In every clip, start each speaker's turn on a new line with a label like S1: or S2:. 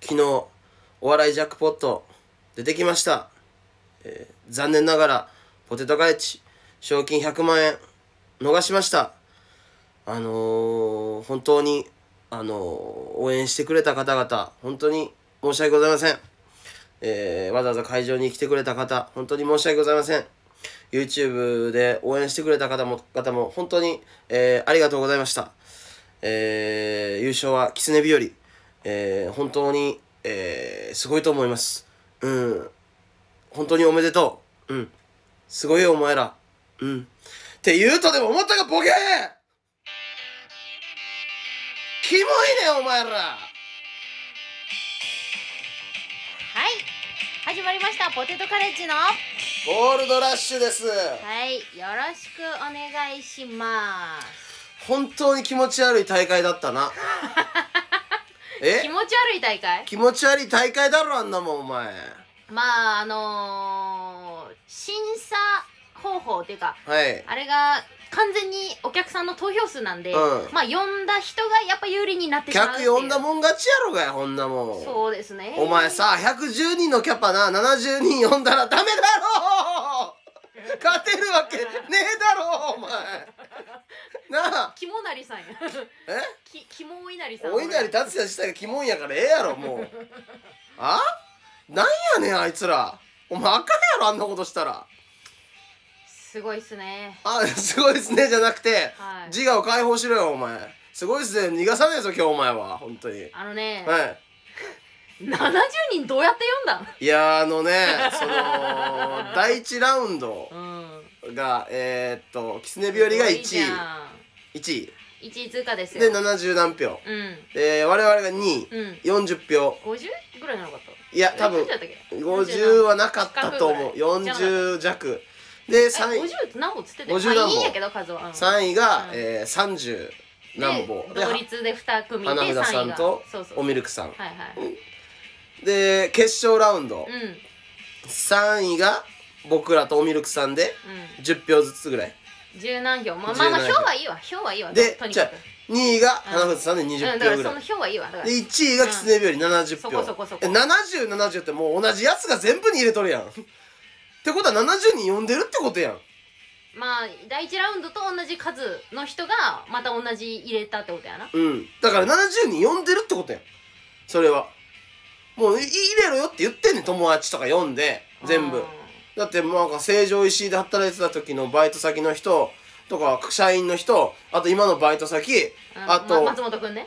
S1: 昨日お笑いジャックポット出てきました、えー残念ながらポテトカレッジ賞金100万円逃しましたあのー本当にあのー応援してくれた方々本当に申し訳ございませんえーわざわざ会場に来てくれた方本当に申し訳ございません YouTube で応援してくれた方も方も本当に、えーありがとうございましたえー優勝は狐日和、えー本当に、えーすごいと思いますうん本当におめでとううんすごいよお前らうんって言うとでも思ったがボケーキモいねお前ら
S2: はい始まりましたポテトカレッジのは
S1: ゴールドラッシュです
S2: いよろしくお願いします
S1: 本当に気持ち悪い大会だった なえ
S2: 気持ち悪い大会
S1: 気持ち悪い大会だろあんなもんお前
S2: まああのー、審査方法っていうか
S1: はい
S2: あれが完全にお客さんの投票数なんで、
S1: うん
S2: まあ呼んだ人がやっぱ有利になってしまうってい
S1: 客
S2: う
S1: 呼んだもん勝ちやろがやほんなもん
S2: そうですね
S1: お前さ110人のキャパな70人呼んだらダメだろ勝てるわけねえだろお前なあ
S2: キモなりさんや
S1: え
S2: きキモお稲荷さん
S1: お稲荷達也自体がキモいんやからええやろも うあなんやねんあいつらお前あかんやろあんなことしたら
S2: すごいっすね
S1: あすごいですねじゃなくて、
S2: はい
S1: 自我を解放しろよお前すごいですね逃がさないぞ今日お前は本当に
S2: あのね、
S1: はい
S2: 70人どうやって呼んだ
S1: いやーあのねその第1ラウンド
S2: んうん
S1: がえー、っと狐日和が1
S2: すごいじゃ
S1: 位
S2: ん
S1: 1位
S2: 1位通過ですよ
S1: で70何票
S2: うん
S1: で我々が2位、
S2: うん
S1: 40票
S2: 50? ぐらいなのかと
S1: いや多分50はなかったと思う
S2: 40な
S1: 40弱で3位
S2: 50って何本つってて
S1: 50何本
S2: まあいいんやけど数は、うん、
S1: 3位が、
S2: うん
S1: えー、30何本
S2: で同率で2組で
S1: 花
S2: 3位が
S1: 札さんと
S2: そうそう
S1: おみるくさん
S2: はいはい
S1: で決勝ラウンド
S2: うんうん
S1: 3位が僕らとおみるくさんで10票ずつぐらい
S2: 十何票まあまあまあ
S1: 十何
S2: 票
S1: 票
S2: はいいわ票はいいわ
S1: で
S2: とに
S1: じ
S2: か
S1: ゃ
S2: く
S1: 2位が花札さんで
S2: うん
S1: 20
S2: だから
S1: 票ぐ
S2: そ
S1: ら
S2: の
S1: い
S2: 票はいいわだから
S1: で1位が狐日和70
S2: そ
S1: 票
S2: こそこそこ
S1: え7070ってもう同じやつが全部に入れとるやん ってことは70人呼んでるってことやん
S2: まあ第1ラウンドと同じ数の人がまた同じ入れたってことやな
S1: うん。だから70人呼んでるってことやん。それは。もうい入れろよって言ってんねん、友達とか呼んで、全
S2: う
S1: 部
S2: ん。
S1: だってもうなんか成城石井で働いてた時のバイト先の人とか、社員の人、あと今のバイト先、あと
S2: ま松本くんね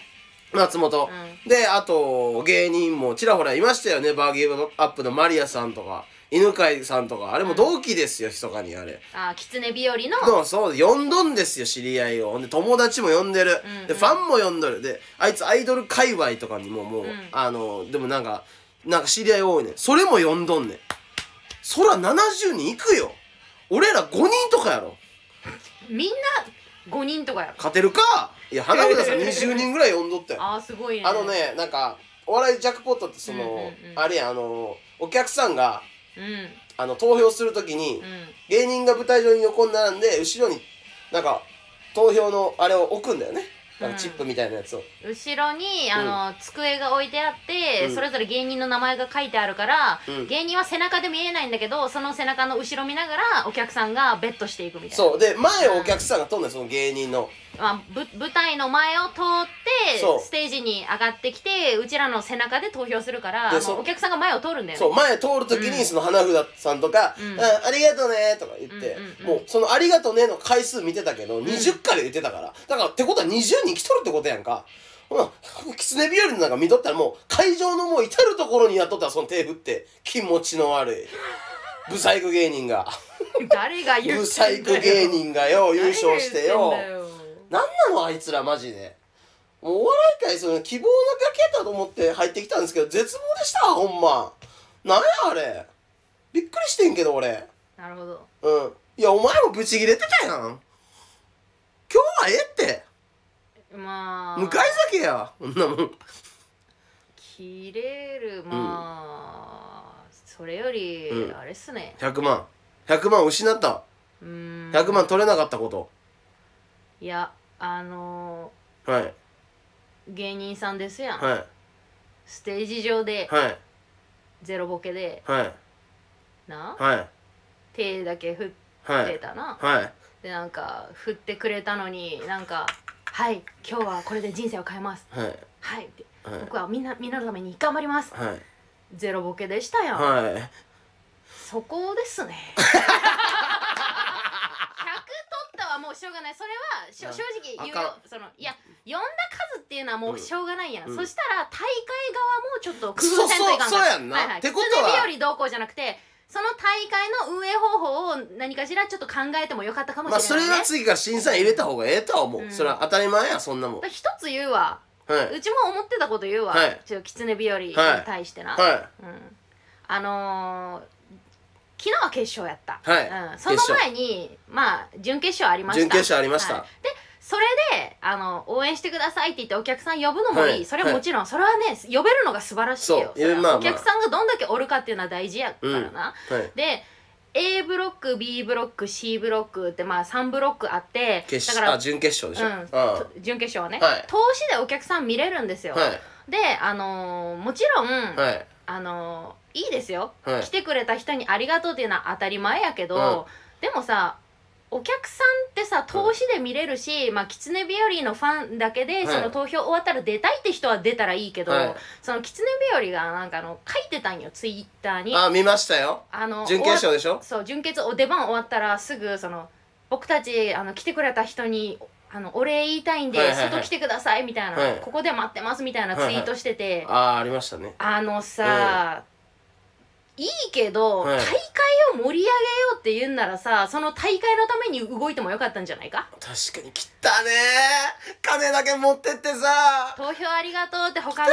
S1: 松本。で、あと芸人もちらほらいましたよね、バーゲームアップのマリアさんとか、犬飼さんとか、あれも同期ですよ、密かにあれ。
S2: あ狐日和の
S1: そうそう呼んどんですよ知り合いをほんで友達も呼んでる、
S2: うんうん
S1: でファンも呼んどるであいつアイドル界隈とかにももう、
S2: うん
S1: あのでもなんかなんか知り合い多いねんそれも呼んどんねんそら70人いくよ俺ら5人とかやろ
S2: みんな5人とかやろ
S1: 勝てるかいや花札さん20人ぐらい呼んどったよ
S2: ああすごいね
S1: あのねなんかお笑いジャックポットってその、
S2: うんうんうん
S1: あれやあのお客さんが
S2: う
S1: あの投票するときに、
S2: んうん
S1: 芸人が舞台上に横に並んで後ろになんか投票のあれを置くんだよねなんかチップみたいなやつを、
S2: 後ろにあの、机が置いてあって、
S1: うん
S2: それぞれ芸人の名前が書いてあるから、
S1: うん
S2: 芸人は背中で見えないんだけどその背中の後ろ見ながらお客さんがベットしていくみたいな
S1: そうで前をお客さんが通んだよその芸人の
S2: まあ、ぶ舞台の前を通って
S1: そう
S2: ステージに上がってきてうちらの背中で投票するから
S1: で
S2: もう
S1: そう
S2: お客さんが前を通るんだよね
S1: そう前通る時
S2: う
S1: に
S2: ん
S1: その花札さんとか「
S2: うん
S1: うんありがとうね」とか言って、
S2: うんうんうん
S1: もうその「ありがとうね」の回数見てたけど20回言ってたから、だからってことは20人来とるってことやんかほな狐日和のなんか見とったらもう会場のもう至る所にやっとったその手振って気持ちの悪 い不細工芸人が。
S2: 誰が言ってんだよ
S1: ブサイク芸人がよ優
S2: 誰が言ってんだ
S1: 勝してよなんなのあいつらマジでもうお笑い界その希望の崖だと思って入ってきたんですけど絶望でしたほんまなんやあれびっくりしてんけど俺
S2: なるほど
S1: うんいやお前もブチギレてたやん今日はええって
S2: まあ
S1: 向かい酒やこんなもん
S2: 切れるまあ、それより、
S1: うん
S2: あれっすね
S1: 100万100万失った
S2: うーん
S1: 100万取れなかったこと
S2: いやあの
S1: はい
S2: ー芸人さんですやん、
S1: はい
S2: ステージ上で
S1: はい
S2: ゼロボケで
S1: はい
S2: な
S1: はい
S2: 手だけ振
S1: は
S2: って
S1: い
S2: たな
S1: はい
S2: でなんか振ってくれたのになんか「はい今日はこれで人生を変えます」
S1: はい
S2: 「はい」って
S1: はい
S2: 僕はみんなみんなのために頑張ります
S1: はい」
S2: ゼロボケでしたやん
S1: はい
S2: そこですね100取ったはもうしょうがないそれはしょ
S1: うん
S2: 正直言う
S1: あ
S2: よ
S1: か
S2: そのいや呼んだ数っていうのはもうしょうがないやん、
S1: うん
S2: そしたら大会側もちょっと工夫せんといかん
S1: そうそうそう
S2: から
S1: やんなってことは
S2: 狐日和どうこうじゃなくてその大会の運営方法を何かしらちょっと考えてもよかったかもし
S1: まあ
S2: れ
S1: そ
S2: ない
S1: れ
S2: ね、
S1: は次から審査員入れた方がええとは思う、
S2: うん
S1: それは当たり前やそんなもんは
S2: だ
S1: い
S2: 一つ言うわ
S1: はいう
S2: ちも思ってたこと言うわ、
S1: はい
S2: ちょっと狐日和に対してな、うん、あのー昨日は決勝やった、
S1: はい
S2: うん、その前にまあ準決勝ありました
S1: 準決勝ありました
S2: はいでそれであの応援してくださいって言ってお客さん呼ぶのもいい、
S1: はい
S2: それはもちろん、それはね呼べるのが素晴らしいよ
S1: そういや
S2: れは
S1: まあまあ
S2: お客さんがどんだけおるかっていうのは大事やから
S1: は
S2: な、
S1: い
S2: で A ブロック B ブロック C ブロックってまあ3ブロックあって
S1: 決
S2: だか
S1: 勝あ
S2: ら
S1: 準決勝でしょ、
S2: うん
S1: あ
S2: と準決勝はね、
S1: はい
S2: 投資でお客さん見れるんですよ、
S1: あは
S2: であのーもちろん、
S1: いはい
S2: あのいいですよ、
S1: はい
S2: 来てくれた人にありがとうっていうのは当たり前やけど、でもさお客さんってさ投資で見れるし、まあ狐日和のファンだけ
S1: はい
S2: でその投票終わったら出たいって人は出たらいいけど、
S1: はい
S2: その狐日和がなんかあの書いてたんよツイッターに。
S1: あ見ましたよ
S2: あの
S1: 準決勝でしょ
S2: そう準決お出番終わったらすぐその僕たちあの来てくれた人にあのお礼言いたいんで、
S1: はいはいはい
S2: 外来てくださいみたいな、
S1: はい
S2: ここで待ってますみたいなツイートしてて、
S1: ああーありましたね
S2: あのさ、いいけど、
S1: はい
S2: 大会を盛り上げようって言うんならさその大会のために動いてもよかったんじゃないか
S1: 確かに切ったねー金だけ持ってってさ
S2: 投票ありがとうって他の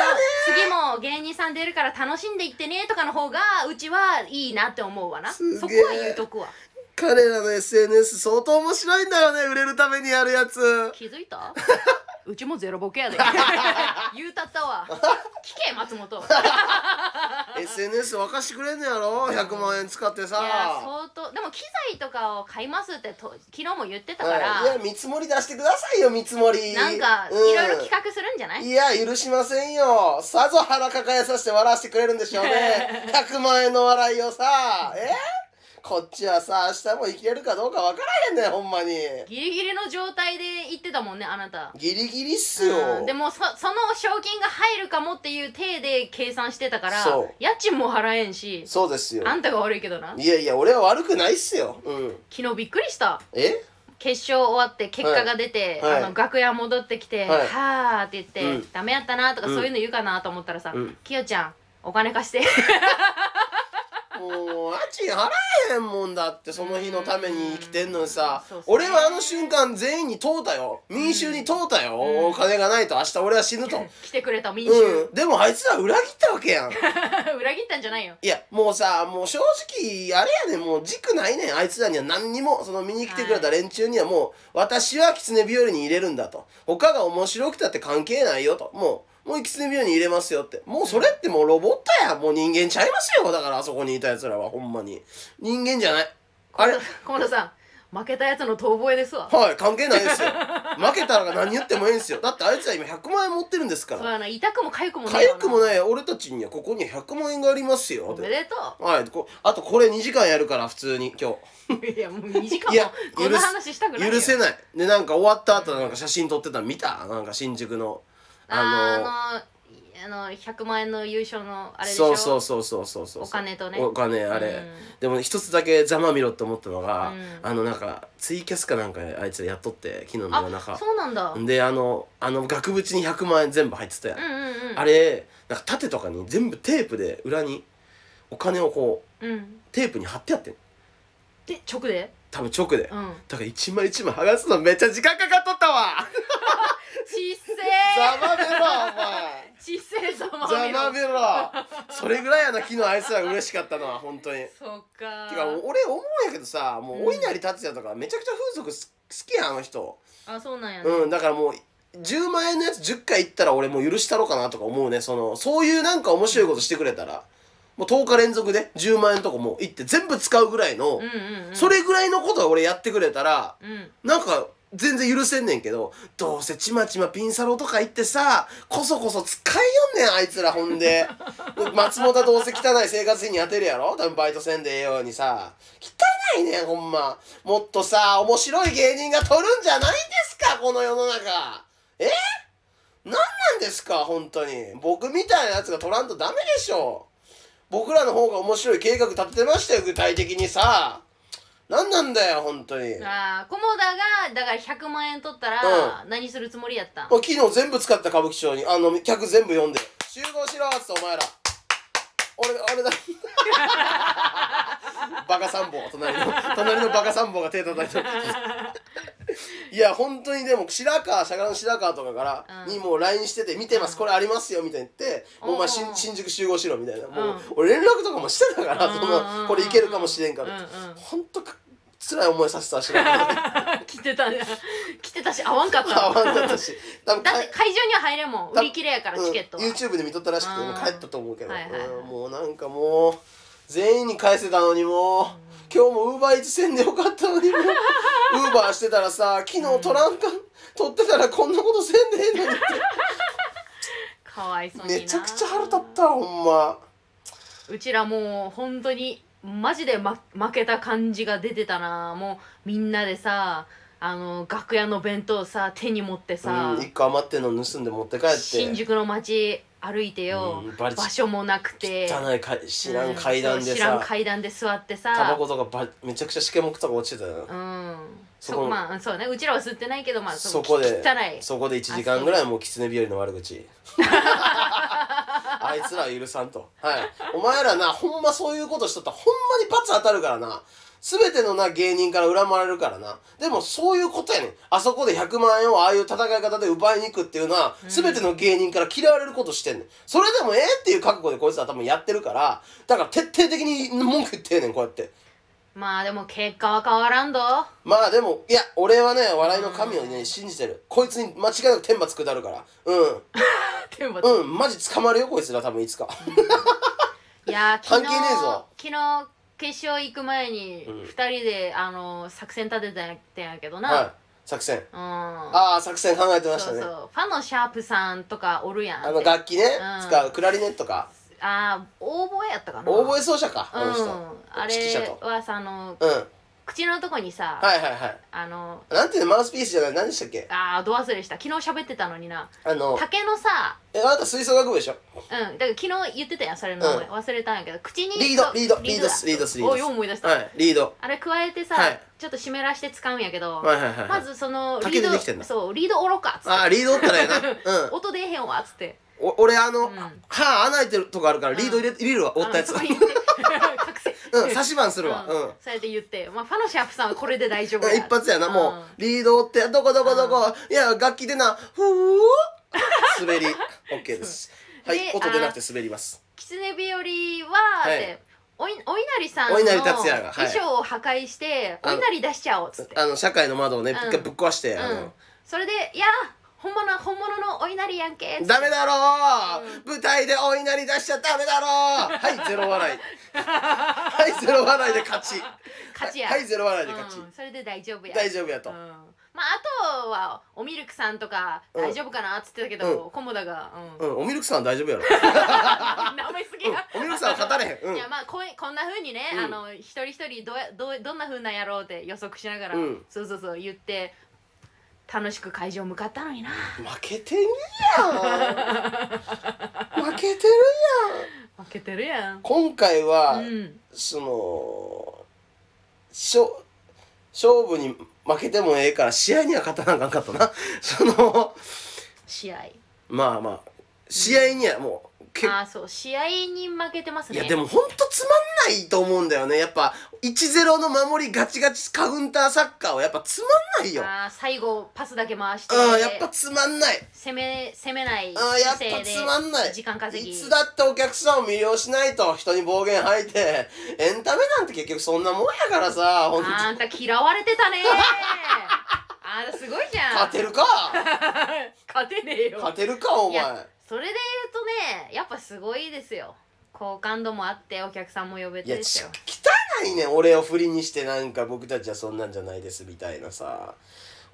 S2: 次も芸人さん出るから楽しんでいってねとかの方がうちはいいなって思うわなそ
S1: すげえ
S2: こは言うとくわ
S1: 彼らの SNS 相当面白いんだよね売れるためにやる やつ
S2: 気づ いたうちもゼロボケやで言うたったわ聞け松本
S1: SNS 沸かしてくれんのやろ100万円使ってさ
S2: いや相当でも機材とかを買いますってと昨日も言ってたから、
S1: はいいや見積もり出してくださいよ見積もり
S2: なんかい
S1: うん
S2: ろいろ企画するんじゃない、
S1: いや許しませんよさぞ腹抱えさせて笑わせてくれるんでしょう ね100万円の笑いをさえこっちはさ明日も生きれるかどうか分からへんねんほんまに
S2: ギリギリの状態で行ってたもんねあなた
S1: ギリギリっすよ、
S2: うんでもそその賞金が入るかもっていう体で計算してたから
S1: そう
S2: 家賃も払えんし
S1: そうですよ
S2: あんたが悪いけどない
S1: やいや俺は悪くないっすようん
S2: 昨日びっくりした
S1: え
S2: 決勝終わって結果が出て、
S1: はいはい
S2: あの楽屋戻ってきて「
S1: は
S2: はいあ」って言って、
S1: うん
S2: ダメやったな」とか
S1: うん
S2: そういうの言うかなと思ったらさ
S1: うん
S2: 「きよちゃんお金貸して」
S1: もう家賃払えへんもんだってその日のために生きてんのにさ
S2: そうそう
S1: 俺はあの瞬間全員に問うたよ民衆に問うたよ、
S2: うん
S1: お金がないと明日俺は死ぬと、
S2: 来てくれた民衆、
S1: うん、でもあいつら裏切ったわけやん
S2: 裏切ったんじゃないよ
S1: いやもうさもう正直あれやねんもう軸ないねんあいつらには何にもその見に来てくれた連中にはもう私は狐日和に入れるんだと他が面白くたって関係ないよともうもう狐日和に入れますよってもうそれってもうロボットやもう人間ちゃいますよだからあそこにいたやつらはほんまに人間じゃないあれ
S2: 小室さん負けたやつの遠吠えですわ
S1: はい関係ないですよ負けたらが何言ってもええんですよだってあいつら今100万円持ってるんですか
S2: そう
S1: ら
S2: やな痛くも痒くもない
S1: 痒くもないい俺たちにはここに100万円がありますよ
S2: お
S1: って
S2: めでと
S1: はい、こあとこれ2時間やるから普通に今
S2: ういやもう2時間
S1: いや
S2: もこんな話したくない
S1: 日
S2: よ
S1: 許せないでなんか終わった後なんか写真撮ってたの見たなんか新宿のあ
S2: あのあの100万円の優勝の
S1: の
S2: あれでしょ
S1: そうそうそうそうそうそう
S2: お金とね
S1: お金あれ、
S2: うん
S1: でも一つだけざま見ろって思ったのが、
S2: うん
S1: あのなんかツイキャスかなんかあいつやっとって昨日の夜
S2: あ
S1: 中
S2: そうなんだうん
S1: であのあの額縁に100万円全部入ってたやん、
S2: うんうん
S1: あれなんか縦とかに全部テープで裏にお金をこう
S2: うん
S1: テープに貼ってやってん
S2: で直で
S1: 多分直で、
S2: うん
S1: だから一枚一枚剥がすのめっちゃ時間かかっとったわ
S2: ちっせ
S1: ざまめろ
S2: ーちっせーざま
S1: お前ざま
S2: み
S1: めろそれぐらいやな昨日あいつら嬉しかったのは本当に
S2: そっか
S1: てかもう俺思うんやけどさもうお稲荷達也とかめちゃくちゃ風俗す好きやんあの人
S2: あそうなんやね
S1: うんだからもう10万円のやつ10回行ったら俺もう許したろかなとか思うねそのそういうなんか面白いことしてくれたらもう10日連続で10万円とかもう行って全部使うぐらいの、
S2: うんうんうん
S1: それぐらいのことを俺やってくれたら
S2: うん
S1: なんか全然許せんねんけどどうせちまちまピンサロとか行ってさこそこそ使いよんねんあいつらほんで 松本はどうせ汚い生活費に当てるやろ多分バイトせんでええようにさ汚いねんほんまもっとさ面白い芸人が取るんじゃないですかこの世の中え何なんですか本当に僕みたいなやつが取らんとダメでしょ僕らの方が面白い計画立ててましたよ具体的にさ何なんだよ本当に
S2: ああ菰田がだから100万円取ったら何するつもりやったん、
S1: もう昨日全部使った歌舞伎町にあの客全部呼んで集合しろっつってお前ら俺俺だ バカ三本隣の隣のバカ三本が手叩いてるいや本当にでも白川しゃがらの白川とかから
S2: うん
S1: にもう LINE してて「見てますこれありますよ」みたいに言って「もうお前
S2: うんう
S1: 新
S2: ん
S1: 新宿集合しろ」みたいなも
S2: うん
S1: う俺連絡とかもしてたから
S2: うん
S1: そのこれいけるかもしれんか
S2: う
S1: ら
S2: んうん
S1: 本当か辛い思いさせたしら
S2: 来てた来てたし合わんかった
S1: 合わんかったし多分
S2: だって会場には入れんもん売り切れやからチケットは、
S1: うん、YouTube で見とったらしくて
S2: うん
S1: もう帰ったと思うけど、
S2: はいはいはい
S1: うんもうなんかもう全員に返せたのにもう、今日も UberEats せんでよかったのに もう Uber してたらさ昨日トランカン取ってたらこんなことせんでええ のにっ
S2: かわいそうにな
S1: てめちゃくちゃ腹立ったわほんま
S2: うちらもう本当にマジで、ま、負けた感じが出てたなもうみんなでさあの楽屋の弁当さ手に持ってさ、
S1: うん、一個余ってんの盗んで持って帰って
S2: 新宿の街歩いてよ、
S1: うんバリ
S2: 場所もなくて
S1: 汚いか知ら
S2: うん
S1: 階段
S2: そ
S1: で
S2: う知らん
S1: さ
S2: 階段で座って
S1: タバ
S2: さ
S1: コとかばめちゃくちゃしけもくとか落ちてたよ、
S2: うん
S1: そ
S2: そ
S1: こ
S2: こまあそうねうちらは吸ってないけどまあ
S1: そこで
S2: 汚い
S1: そこで1時間ぐらいもう狐日和の悪口 あいつらは許さんとはいお前らなほんまそういうことしとったらほんまに罰当たるからな全てのな芸人から恨まれるからなでもそういうことやねんあそこで100万円をああいう戦い方で奪いに行くっていうのは全ての芸人から嫌われることしてんねんそれでもええっていう覚悟でこいつは多分やってるからだから徹底的に文句言ってんねんこうやって
S2: まあでも結果は変わらんど
S1: まあでもいや俺はね笑いの神をね信じてるこいつに間違いなく天罰下るからう
S2: でも
S1: んうんマジ捕まるよこいつら多分いつか
S2: いやー昨日
S1: 関係ねえぞ
S2: 昨日決勝行く前に
S1: うん
S2: 2人で、あの作戦立てたんやけどな、
S1: はい作戦
S2: うん
S1: ああ作戦考えてまし
S2: そ
S1: た
S2: う
S1: ね
S2: そうファのシャープさんとかおるやん
S1: あの楽器ね、
S2: うん
S1: 使うクラリネットか
S2: あーオーボエやったかな
S1: オーボエ奏者かあの人、
S2: うんあ
S1: 指揮者
S2: れ
S1: と
S2: はさあの
S1: うん
S2: 口のとこにさ、
S1: はいはいはい
S2: あの
S1: なんていうのマウスピースじゃない何でしたっけ
S2: あーど忘れした昨日喋ってたのにな
S1: あの
S2: 竹のさ
S1: えあなた吹奏楽部でしょ
S2: うんだから昨日言ってたやんそれの名前、
S1: う
S2: 忘れたんやけど口に
S1: リード
S2: そう
S1: リード
S2: リ
S1: リ
S2: ー
S1: ー
S2: ド
S1: ド
S2: だ
S1: スリードスリー
S2: お
S1: ド
S2: い
S1: ス
S2: よう思い出した、
S1: はいリード
S2: あれ加えてさ、
S1: はい
S2: ちょっと湿らして使うんやけど、
S1: はいはいはい、はい、
S2: まずその
S1: 竹
S2: リ
S1: で
S2: ー
S1: できてん
S2: ド
S1: だ
S2: そうリードおろかっつっ
S1: ああ
S2: て
S1: リードおったら ええなうん
S2: 音出えへんわっつって
S1: お俺あの、
S2: うん
S1: 歯穴開いてるとこあるからリード入れ、入れるわ折ったやつ
S2: あのそこに言って 隠せ
S1: うん、差し番するわ。
S2: うん
S1: うん。
S2: そうやって言って、まあ、ファのシャープさんはこれで大丈夫
S1: 一発やな、もう、リードって、どこどこどこ、いや、楽器でな、ふう滑り、オッケーです。は
S2: そう
S1: い
S2: で、
S1: 音出なくて滑ります。
S2: キツネ日和は、
S1: はい
S2: でおいお稲荷さんの
S1: お
S2: 衣
S1: 稲荷達也がはい
S2: 装を破壊して、
S1: あの
S2: お稲荷出しちゃおうっつって
S1: あの、社会の窓をね、
S2: うん
S1: 一回ぶっ壊して、あ
S2: うん
S1: の、
S2: それで「いや本物本物のお稲荷やんけ」っつって
S1: ダメだろう舞台でお稲荷出しちゃダメ だろうはい、ゼロ笑い。はい、ゼロ笑いで勝ち。
S2: 勝ちや、
S1: はい、ゼロ笑いで勝ち
S2: う。んそれで大丈夫や
S1: 大丈夫や
S2: う
S1: と
S2: ん。まああとはおミルクさんとか
S1: うん
S2: 大丈夫かなっつってたけど、コモダが、うん
S1: うん、おみるくさんは大丈夫や ろ。
S2: 舐めすぎや、
S1: おみるくさんは勝たれへん。うん
S2: いや。まあこういこんなふうにね、
S1: うん
S2: あの一人一人どうやどうどんなふうなんやろうって予測しながら、
S1: うん
S2: そうそうそう言って楽しく会場向かったのにな
S1: 負けてるやん負けてるやん
S2: 負けてるやん
S1: 今回は、
S2: うん
S1: そのしょ勝負に負けてもええから試合には勝たなあかんかったな その
S2: 試合
S1: まあまあ試合にはもう、け
S2: ああそう試合に負けてます
S1: い
S2: ね
S1: やでもほんとつまんないと思うんだよねやっぱ1-0の守りガチガチカウンターサッカーはやっぱつまんないよ
S2: ああ最後パスだけ回して
S1: うんやっぱつまんない
S2: 攻め攻めない
S1: あーやっ
S2: 姿勢で
S1: ぱつまんない
S2: 時間稼ぎ
S1: いつだってお客さんを魅了しないと人に暴言吐いてエンタメなんて結局そんなもんやからさ本当に
S2: あんた嫌われ てたねあんたすごいじゃん
S1: 勝てるか
S2: 勝てねえよ
S1: 勝てるかお
S2: い
S1: 前
S2: やそれで言うとねやっぱすごいですよ好感度もあってお客さんも呼べ
S1: い
S2: て
S1: や
S2: です
S1: ち
S2: よ
S1: 汚いねん俺を振りにしてなんか僕たちはそんなんじゃないですみたいなさ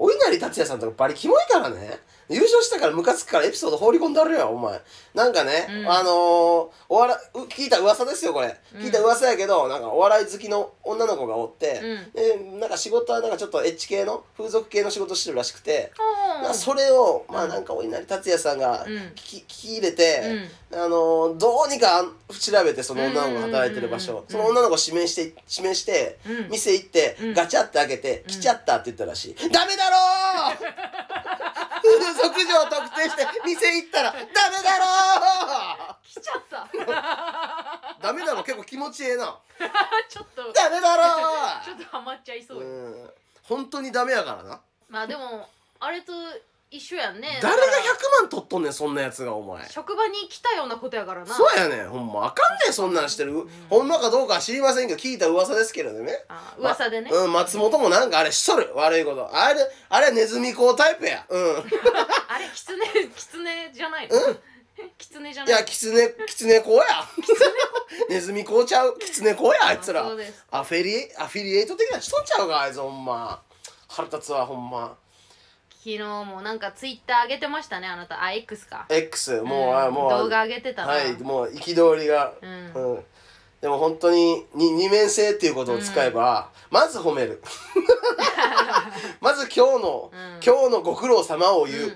S1: お稲荷達也さんとかバリキモいからね優勝したからムカつくからエピソード放り込んだるよお前なんかね、
S2: うん
S1: あのーお笑いう聞いた噂ですよこれ、
S2: うん
S1: 聞いた噂やけどなんかお笑い好きの女の子がおって、
S2: うん
S1: でなんか仕事はなんかちょっとエッチ系の風俗系の仕事してるらしくて、
S2: あ
S1: まあ
S2: ー
S1: それをまあなんかお稲荷達也さんが
S2: うん
S1: 聞き,、聞き入れて、あのどうにか調べてその女の子が働いてる場
S2: うんうん
S1: 所
S2: うん
S1: その女の子指名して指名して
S2: うんうん
S1: 店行って
S2: うん
S1: ガチャって開けて
S2: うん
S1: 来ちゃったって言ったらしい「ダメだろー! 」風俗嬢を特定して店行ったら「ダメだろ
S2: 来ちゃった あ
S1: ー!」ダメだろ結構気持ちええな
S2: ちょっ
S1: 「
S2: と
S1: ダメだ
S2: ちょ
S1: ろ
S2: っとハマっちゃいそう
S1: ー!」
S2: よ、
S1: うん本当にダメやからな
S2: まあでもあれと一緒やんね
S1: 誰が
S2: だから
S1: 100万取っとんねんそんなやつがお前
S2: 職場に来たようなことやからな
S1: そうやねんほんまあかんねんそんなんしてる、ほんまかどうかは知りませんけど聞いた噂ですけれどね
S2: あー噂でね、
S1: うん、松本もなんかあれしとる悪いことあれあれネズミ講タイプや うん
S2: あれキツネキツネじゃないの キツネじゃ
S1: い
S2: ない
S1: やキツネキツネ講や ネズミ講ちゃうキツネ講やあいつら
S2: そうです
S1: アフィリエアフィリエイト的なしとんちゃうかあいつほんま腹立つわほんま
S2: 昨日もなんかツイッター上げてましたねあなたあ X か
S1: X もう、あ
S2: ん
S1: もう
S2: 動画上げてたな
S1: はいもう憤りが
S2: うん
S1: うん、でも本当にに二面性っていうことを使えば、まず褒め るまず今日の、
S2: うん
S1: 今日のご苦労様を言う、
S2: うんうん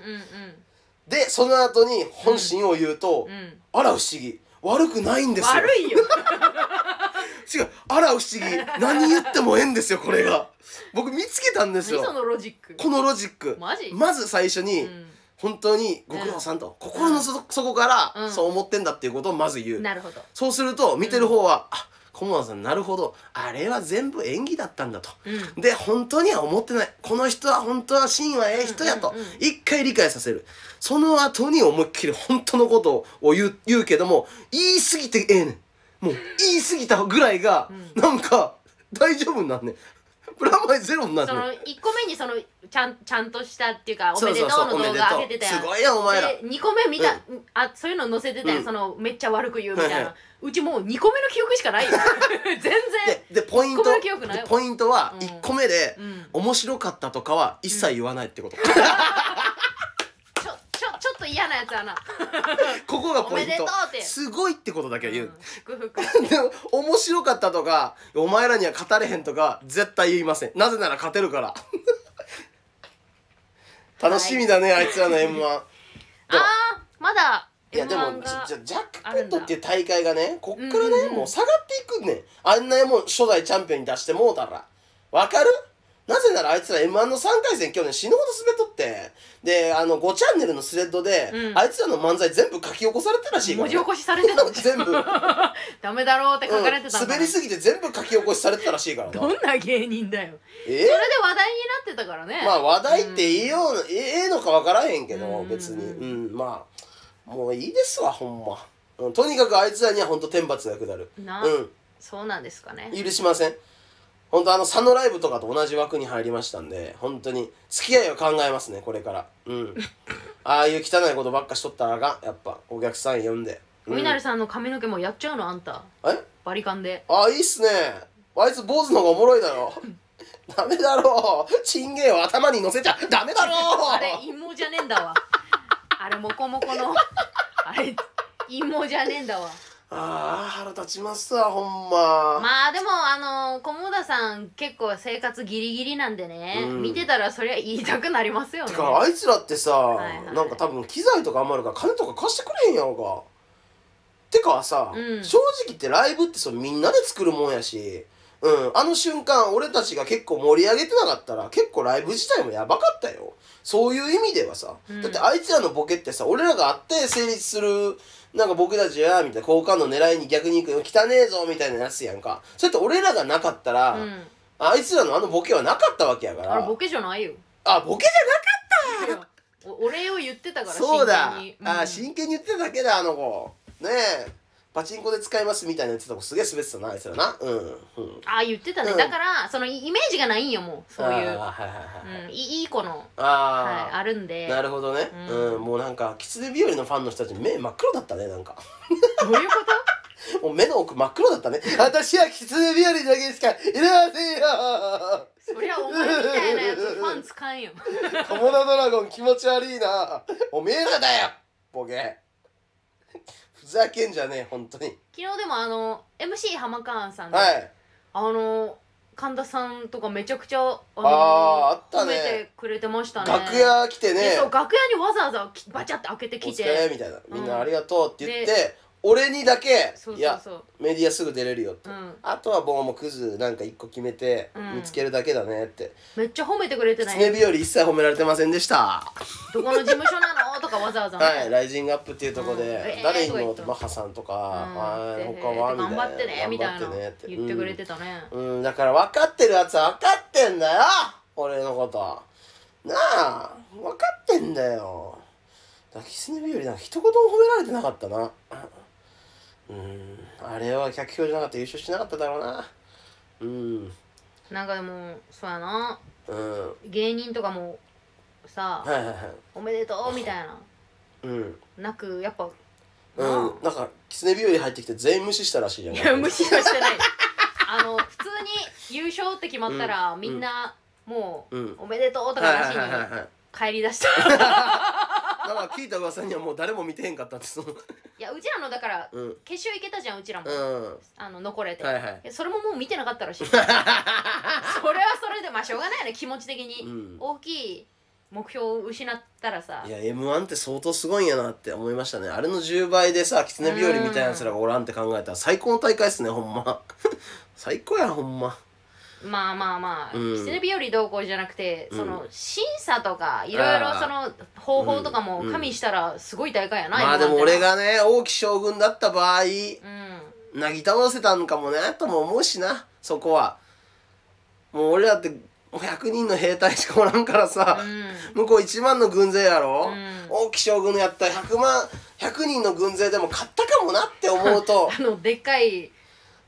S1: でその後に本心を言うと、
S2: うんうん
S1: あら不思議悪くないんですよ
S2: 悪いよ
S1: 違うあら不思議何言ってもええんですよこれが僕見つけたんです
S2: 何そ
S1: よ
S2: のロジック
S1: このロジック
S2: マジ
S1: まず最初に、
S2: う
S1: 本当にご苦労さんと、心の底底から、
S2: うん
S1: そう思ってんだっていうことをまず言う、
S2: んなるほど
S1: そうすると見てる方は、あ小村さんなるほどあれは全部演技だったんだと
S2: うん
S1: で本当には思ってないこの人は本当は真はええ人やと
S2: うんうんうん
S1: 一回理解させるその後に思いっきり本当のことを言う言うけども言い過ぎてええねんもう言い過ぎたぐらいが
S2: う
S1: なんか大丈夫になんねんプラマイゼロになんね
S2: そ
S1: ん
S2: の1個目にそのちゃんちゃんとしたっていうかお
S1: そ
S2: め
S1: う
S2: で
S1: そ
S2: と
S1: う
S2: う
S1: そう
S2: の動画上げてたやん
S1: すごいやんお前ら
S2: で2個目見た、あそういうの載せてたやん、
S1: うん
S2: そのめっちゃ悪く言うみたいな、
S1: はいは
S2: うちもう2個目の記憶し かないよ全然
S1: ででポイント
S2: 一個目の記憶ないわ
S1: でポイントは
S2: うん
S1: 1個目で
S2: うん
S1: 面白かったとかは一切言わないってこと
S2: ちょちょちょっと嫌なやつやな
S1: ここがポイン
S2: おめでと
S1: ト
S2: うって
S1: すごいってことだけ言う
S2: うん祝福
S1: でも 面白かったとかお前らには勝たれへんとか絶対言いませんなぜなら勝てるから 楽しみだね、あいつらの m 1
S2: ああまだ
S1: いや
S2: M1
S1: でもじ
S2: が
S1: ゃジャック
S2: あ
S1: ポ
S2: る
S1: ッ
S2: ん
S1: ト
S2: だ
S1: っていう大会がねこっからね、
S2: うんうんうん
S1: もう下がっていくねんあんなもん初代チャンピオンに出してもうたらわかるなぜならあいつら m 1の3回戦去年死ぬほど滑っとってであの5チャンネルのスレッドで、
S2: うん
S1: あいつらの漫才全部書き起こされてたらしいから
S2: 文
S1: ね
S2: 字起こしされてた
S1: 全部
S2: ダメだろうって書かれてた
S1: うんん
S2: だ
S1: 滑りすぎて全部書き起こしされてたらしいからな
S2: どんな芸人だよ
S1: え
S2: それで話題になってたからね、
S1: まあ話題って言いようの、ええのか分からへんけど、
S2: うん
S1: 別にうんまあもういいですわほんま、うん、とにかくあいつらには本当天罰が下る
S2: な、
S1: う
S2: そうなんですかね
S1: ん許しません本当あの佐野ライブとかと同じ枠に入りましたんで本当に付き合いを考えますねこれからうん ああいう汚いことばっかしとったらあかんやっぱお客さん呼んで、う
S2: お
S1: ん、
S2: 稲荷さんの髪の毛もやっちゃうのあんた
S1: え
S2: バリカンで
S1: あいいっすねあいつ坊主の方がおもろいだ ろダメだろうチンゲンを頭に乗せちゃダメだろう
S2: あれ陰謀じゃねえんだ わあれモコモコのあれ陰謀じゃねえんだわ
S1: ああ腹立ちますわほんま、
S2: まあでもあの菰田さん結構生活ギリギリなんでね、
S1: うん
S2: 見てたらそりゃ言いたくなりますよね
S1: てかあいつらってさ、
S2: いはい
S1: なんか多分機材とか余るから金とか貸してくれへんやろかてかさ、
S2: うん
S1: 正直言ってライブってそのみんなで作るもんやしうん、あの瞬間俺たちが結構盛り上げてなかったら結構ライブ自体もやばかったよそういう意味ではさ、
S2: うん
S1: だってあいつらのボケってさ俺らがあって成立するなんか僕たちやみたいな好感度狙いに逆に行くよ汚ねえぞみたいなやつやんかそれって俺らがなかったら、
S2: うん、
S1: あいつらのあのボケはなかったわけやから
S2: あれボケじゃな いよ
S1: あボケじ
S2: おお礼を言ってた
S1: ゃ
S2: か
S1: な
S2: ら
S1: そうだ
S2: 真剣にうん
S1: あ真剣に言ってただけだあの子ねえパチンコで使いますみたいなやつとかすげえ滑ってたなあいつらなうんうん
S2: ああ言ってたね、
S1: うん
S2: だからそのイイメージがないんよもうそうい
S1: あ
S2: う、
S1: ーはいはいはいはい
S2: うん、いいいい子の、はい、
S1: あ
S2: あるんで
S1: ーなるほどね
S2: う
S1: うん
S2: ん
S1: もうなんかキツネ日和のファンの人たち目真っ黒だったねなんか
S2: どういうこ
S1: もう目の奥真っ黒だったね私はキツネ日和だけしかいれませんよ
S2: とそりゃお前みたいな やつファンつかんよ
S1: カモナドラゴン気持ち悪いなおめえらだよボケふざけんじゃねえ本当に
S2: 昨日でもあの MC 浜川さんで、
S1: はい
S2: あの神田さんとかめちゃくちゃあの
S1: あーあった
S2: 褒
S1: ね
S2: めてくれてましたね
S1: 楽屋来てね
S2: でそう楽屋にわざわざきバチャって開けて
S1: お
S2: き
S1: 疲れ
S2: て
S1: みたいな
S2: うん
S1: みんなありがとうって言って、
S2: で
S1: 俺にだけ
S2: そう
S1: い
S2: そう
S1: や
S2: そう
S1: メディアすぐ出れるよって、
S2: うん
S1: あとはボンもクズなんか一個決めて
S2: うん
S1: 見つけるだけだねって
S2: めっちゃ褒めてくれてない
S1: 狐日和一切褒められてませんでした
S2: どこの事務所なのとかわざわざね、
S1: はい、ライジングアップっていうところで、
S2: うんえー
S1: 誰に
S2: とか言
S1: も
S2: った
S1: マッハさんとか、
S2: うん
S1: はい、
S2: で
S1: 他はみたい
S2: 頑
S1: な
S2: 張ってねみたい
S1: 頑
S2: な
S1: 張ってね
S2: 言ってくれてたね、
S1: うん、だから分かってるやつは分かってんだよ俺のことなあ分かってんだよだからキスネビよりなんか一言も褒められてなかったなうんあれは客票じゃなかったら優勝してなかっただろうなうん
S2: なんかでもそうやな
S1: うんは
S2: 芸人とかもさ、
S1: いはいはい
S2: おめでとうみたいな
S1: うん
S2: なくや っぱ
S1: う、
S2: なん
S1: なんかキツネ日和入ってきて全員無視したらしいじゃ
S2: あ
S1: ん
S2: いや無視はしてないあの普通に優勝って決まったら、
S1: うん
S2: みんなもう、
S1: うん
S2: おめでとうとか
S1: はい
S2: な
S1: は
S2: し
S1: い
S2: に
S1: はいはいはい
S2: 帰りだした
S1: なんか聞いた噂にはもう誰も見てへんかったってその
S2: いやうちらのだから
S1: うんうん
S2: 決勝行けたじゃんうちらも、
S1: は
S2: あの残れて、
S1: いはい
S2: いやそれももう見てなかったらし いそれはそれでまあしょうがないよね気持ち的に、
S1: うん
S2: 大きい目標を失ったらさ
S1: いや m 1って相当すごいんやなって思いましたねあれの10倍でさ狐日和みたいなやつらがおらんって考えたら最高の大会っすねほんま 最高やほんま
S2: まあまあまあ、
S1: うん
S2: キツネ日和どうこうじゃなくて、
S1: うん
S2: その審査とかいろいろ
S1: あー
S2: その方法とかも
S1: うん
S2: 加味したらすごい大会やな、
S1: まあで
S2: 今
S1: も
S2: まで
S1: 俺
S2: の
S1: がね王毅将軍だった場合
S2: うん
S1: なぎ倒せたんかもねとも思うしなそこはもう俺らって100人の兵隊しかおらんからさ、向こう1万の軍勢やろ、
S2: うん
S1: 王毅将軍のやった100万100人の軍勢でも勝ったかもなって思う と
S2: あのでっかい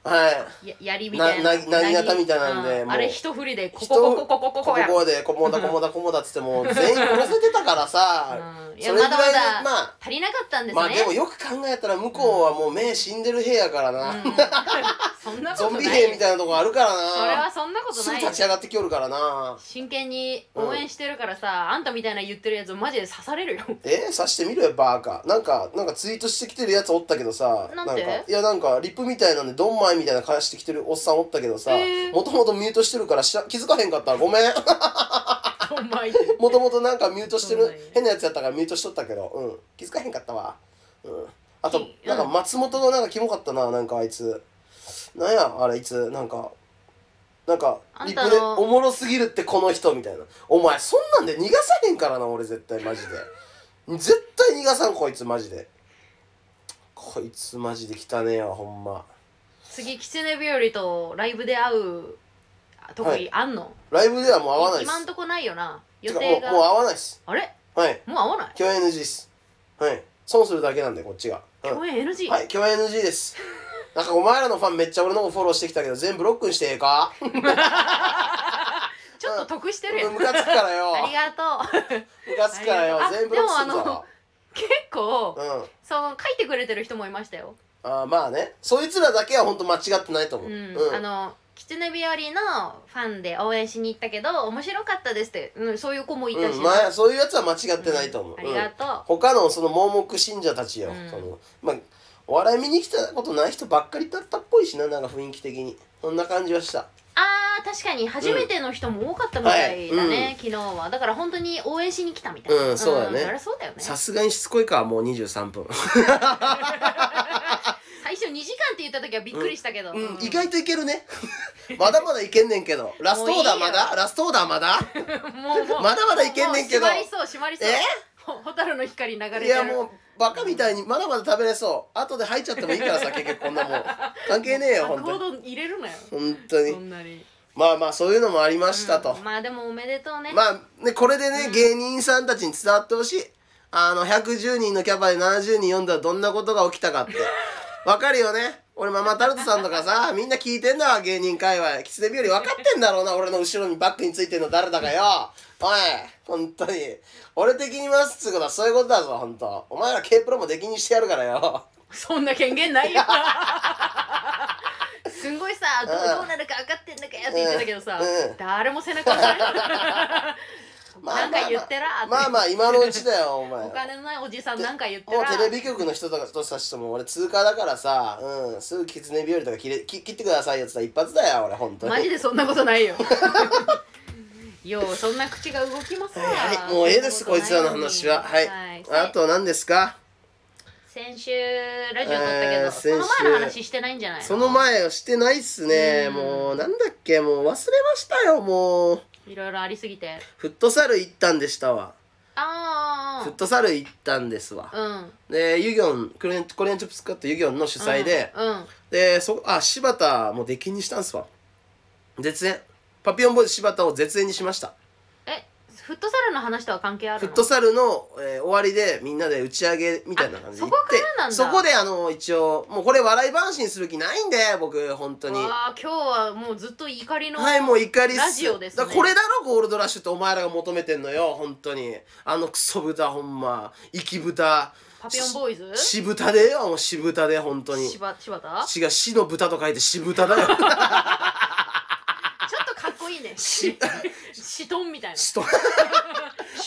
S1: はい
S2: や槍みたい
S1: な
S2: な
S1: ななぎなたみたいなんで
S2: う
S1: もう
S2: あれ一振りでこ
S1: 人
S2: ここここここ
S1: こ
S2: こや
S1: こでこもだこもだこもだっつってもう全員殺せてたからさ、
S2: うん、い
S1: そ
S2: や
S1: れぐら
S2: ま
S1: い
S2: だ
S1: の
S2: まだ、
S1: まあ
S2: 足りなかったんですね、
S1: まあでもよく考えたら向こうはもう目死んでる兵やからな、
S2: うんそんなこと
S1: ゾ
S2: な
S1: ン
S2: い
S1: ビ兵み
S2: い
S1: たいなとこあるからな
S2: それはそんなこと
S1: すぐ
S2: ない
S1: 立ち上がってきよるからな
S2: 真剣に応援してるからさ、あんたみたいな言ってるやつマジで刺され るよ
S1: え刺してみろよバーカなんかなんかツイートしてきてるやつおったけどさ
S2: なんて
S1: かいやなんかリップみたいなんでドンマイみたいな返してきてるおっさんおったけどさ
S2: へー
S1: もともとミュートしてるからしら気づかへんかったらごめん
S2: お前
S1: もともとなんかミュートして
S2: そ
S1: る
S2: うなんや
S1: 変なやつやったからミュートしとったけど、うん、気づかへんかったわ、うん、あと
S2: き
S1: なんか松本のなんかキモかったななんかあいつなんやあれいつなんかなんか
S2: あん
S1: リ
S2: た
S1: プ
S2: の
S1: で「おもろすぎるってこの人」みたいな「お前そんなんで逃がさへんからな俺絶対マジで絶対逃がさんこいつマジでこいつマジで汚ねえわほんま
S2: 次狐日和とライブで会うとこ
S1: はい
S2: あんの、
S1: ライブではもう会わないっ
S2: 今ん
S1: す
S2: とこないよな
S1: て
S2: 予
S1: か
S2: 定
S1: もう
S2: が
S1: もう会わないっす
S2: あれ
S1: はい
S2: もう会わない
S1: 共演 NG っすはい損するだけなんでこっちが、うん
S2: 共演 NG、
S1: はい、共演 NG です。なんかお前らのファンめっちゃ俺のことフォローしてきたけど全部ブロックにしてええか
S2: ちょっと得してるやん、
S1: ムカつくからよ。
S2: ありがとう
S1: ムカつくからよ
S2: あ。りがと
S1: 全
S2: う
S1: 部ブロックする
S2: あでも
S1: ぞ。
S2: 結構
S1: うん。
S2: その書いてくれてる人もいましたよ、
S1: あーまあね。そいつらだけは本当間違ってないと思
S2: う
S1: う。
S2: んあの「狐日和」のファンで応援しに行ったけど面白かったですって、うん、そういう子もいたしな、
S1: うんまあ、そういうやつは間違ってないと思う。
S2: ありが
S1: うん
S2: とう、
S1: 他のその盲目信者たちよ。
S2: うん
S1: そのまあ、お笑い見に来たことない人ばっかりだったっぽいしな、なんか雰囲気的に。そんな感じはした。
S2: あー確かに初めての人も多かったみたいだ
S1: は
S2: ね、
S1: いうん
S2: 昨日はだから本当に応援しに来たみたいな、
S1: うんそうだね
S2: そりゃそうだよね
S1: さすがにしつこいか、もう23分。
S2: 最初2時間って言った時はびっくりしたけど、
S1: うん、意外といけるね。 まだまだいけんねんけど。ラストオーダーまだラストオーダーまだ
S2: もうもう
S1: まだまだいけんねんけど
S2: もう締まりそう締まりそう
S1: え
S2: ほ蛍の光流れてる
S1: いやもう、バカみたいにまだまだ食べれそう。後で吐いちゃってもいいからさ、結局こんなもん。関係ねえよ、
S2: あ
S1: 本当
S2: 行
S1: に。
S2: 動入れるなよ
S1: 本当
S2: そ
S1: に。
S2: んなに
S1: まあまあ、そういうのもありましたと
S2: うん。まあでもおめでとうね、
S1: まあ、ね、これでね、芸人さんたちに伝わってほしい。あの、110人のキャパで70人読んだらどんなことが起きたかって。わかるよね。俺ママタルトさんとかさ、みんな聞いてんだわ、芸人界隈。キツネ日和分かってんだろうな、俺の後ろにバックについてんの誰だかよ。おい、本当に。俺的にますっつうことはそういうことだぞ、本当お前ら K プロも出禁にしてやるからよ。
S2: そんな権限ないよすんごいさどうどうなるか分かってんだかよって言ってたけどさ、
S1: うん
S2: 誰も背中押されなかったなんか言ってらーって
S1: まあまあ今のうちだよお前
S2: お金のないおじさんなんか言って
S1: も
S2: ら
S1: う
S2: ー
S1: テレビ局の人とかとさしても俺通過だからさ、うん、すぐ狐日和とか切れ切切ってくださいよってさ一発だよ俺本当に
S2: マジでそんなことないよようそんな口が動きますわ
S1: はいもうええですこいつらの話ははい、あと何ですか
S2: 先週ラジオ撮
S1: え
S2: ったけど、
S1: ー
S2: その前の話してないんじゃないの
S1: その前をしてないっすね
S2: うん
S1: もうなんだっけもう忘れましたよもう
S2: いろいろありすぎて
S1: フットサル行ったんでしたわ
S2: あ
S1: フットサル行ったんですわ
S2: あうん
S1: でユギョンクレンコリアンチョップスカットユギョンの主催で、
S2: うん、うん
S1: でそあ柴田も出禁にしたんすわ絶縁パピオンボーイズ柴田を絶縁にしました
S2: えフットサルの話とは関係ある
S1: フ
S2: の
S1: ットサルの、えー終わりでみんなで打ち上げみたいな感じで行って
S2: あそこからなんだ
S1: そこであの一応もうこれ笑い話にする気ないんで僕本当に
S2: わあ今日はもうずっと怒りの
S1: はいもう怒りっす
S2: ラジオです
S1: だ
S2: ね
S1: からこれだろゴールドラッシュってお前らが求めてんのよ本当にあのクソ豚ほんま生き豚
S2: パピオンボーイズ
S1: し豚でよもうし豚で本当に
S2: 柴柴田
S1: 死が死の豚と書いてし豚だよ
S2: ちょっとかっこいいね
S1: し
S2: シトンみたいなち
S1: しとん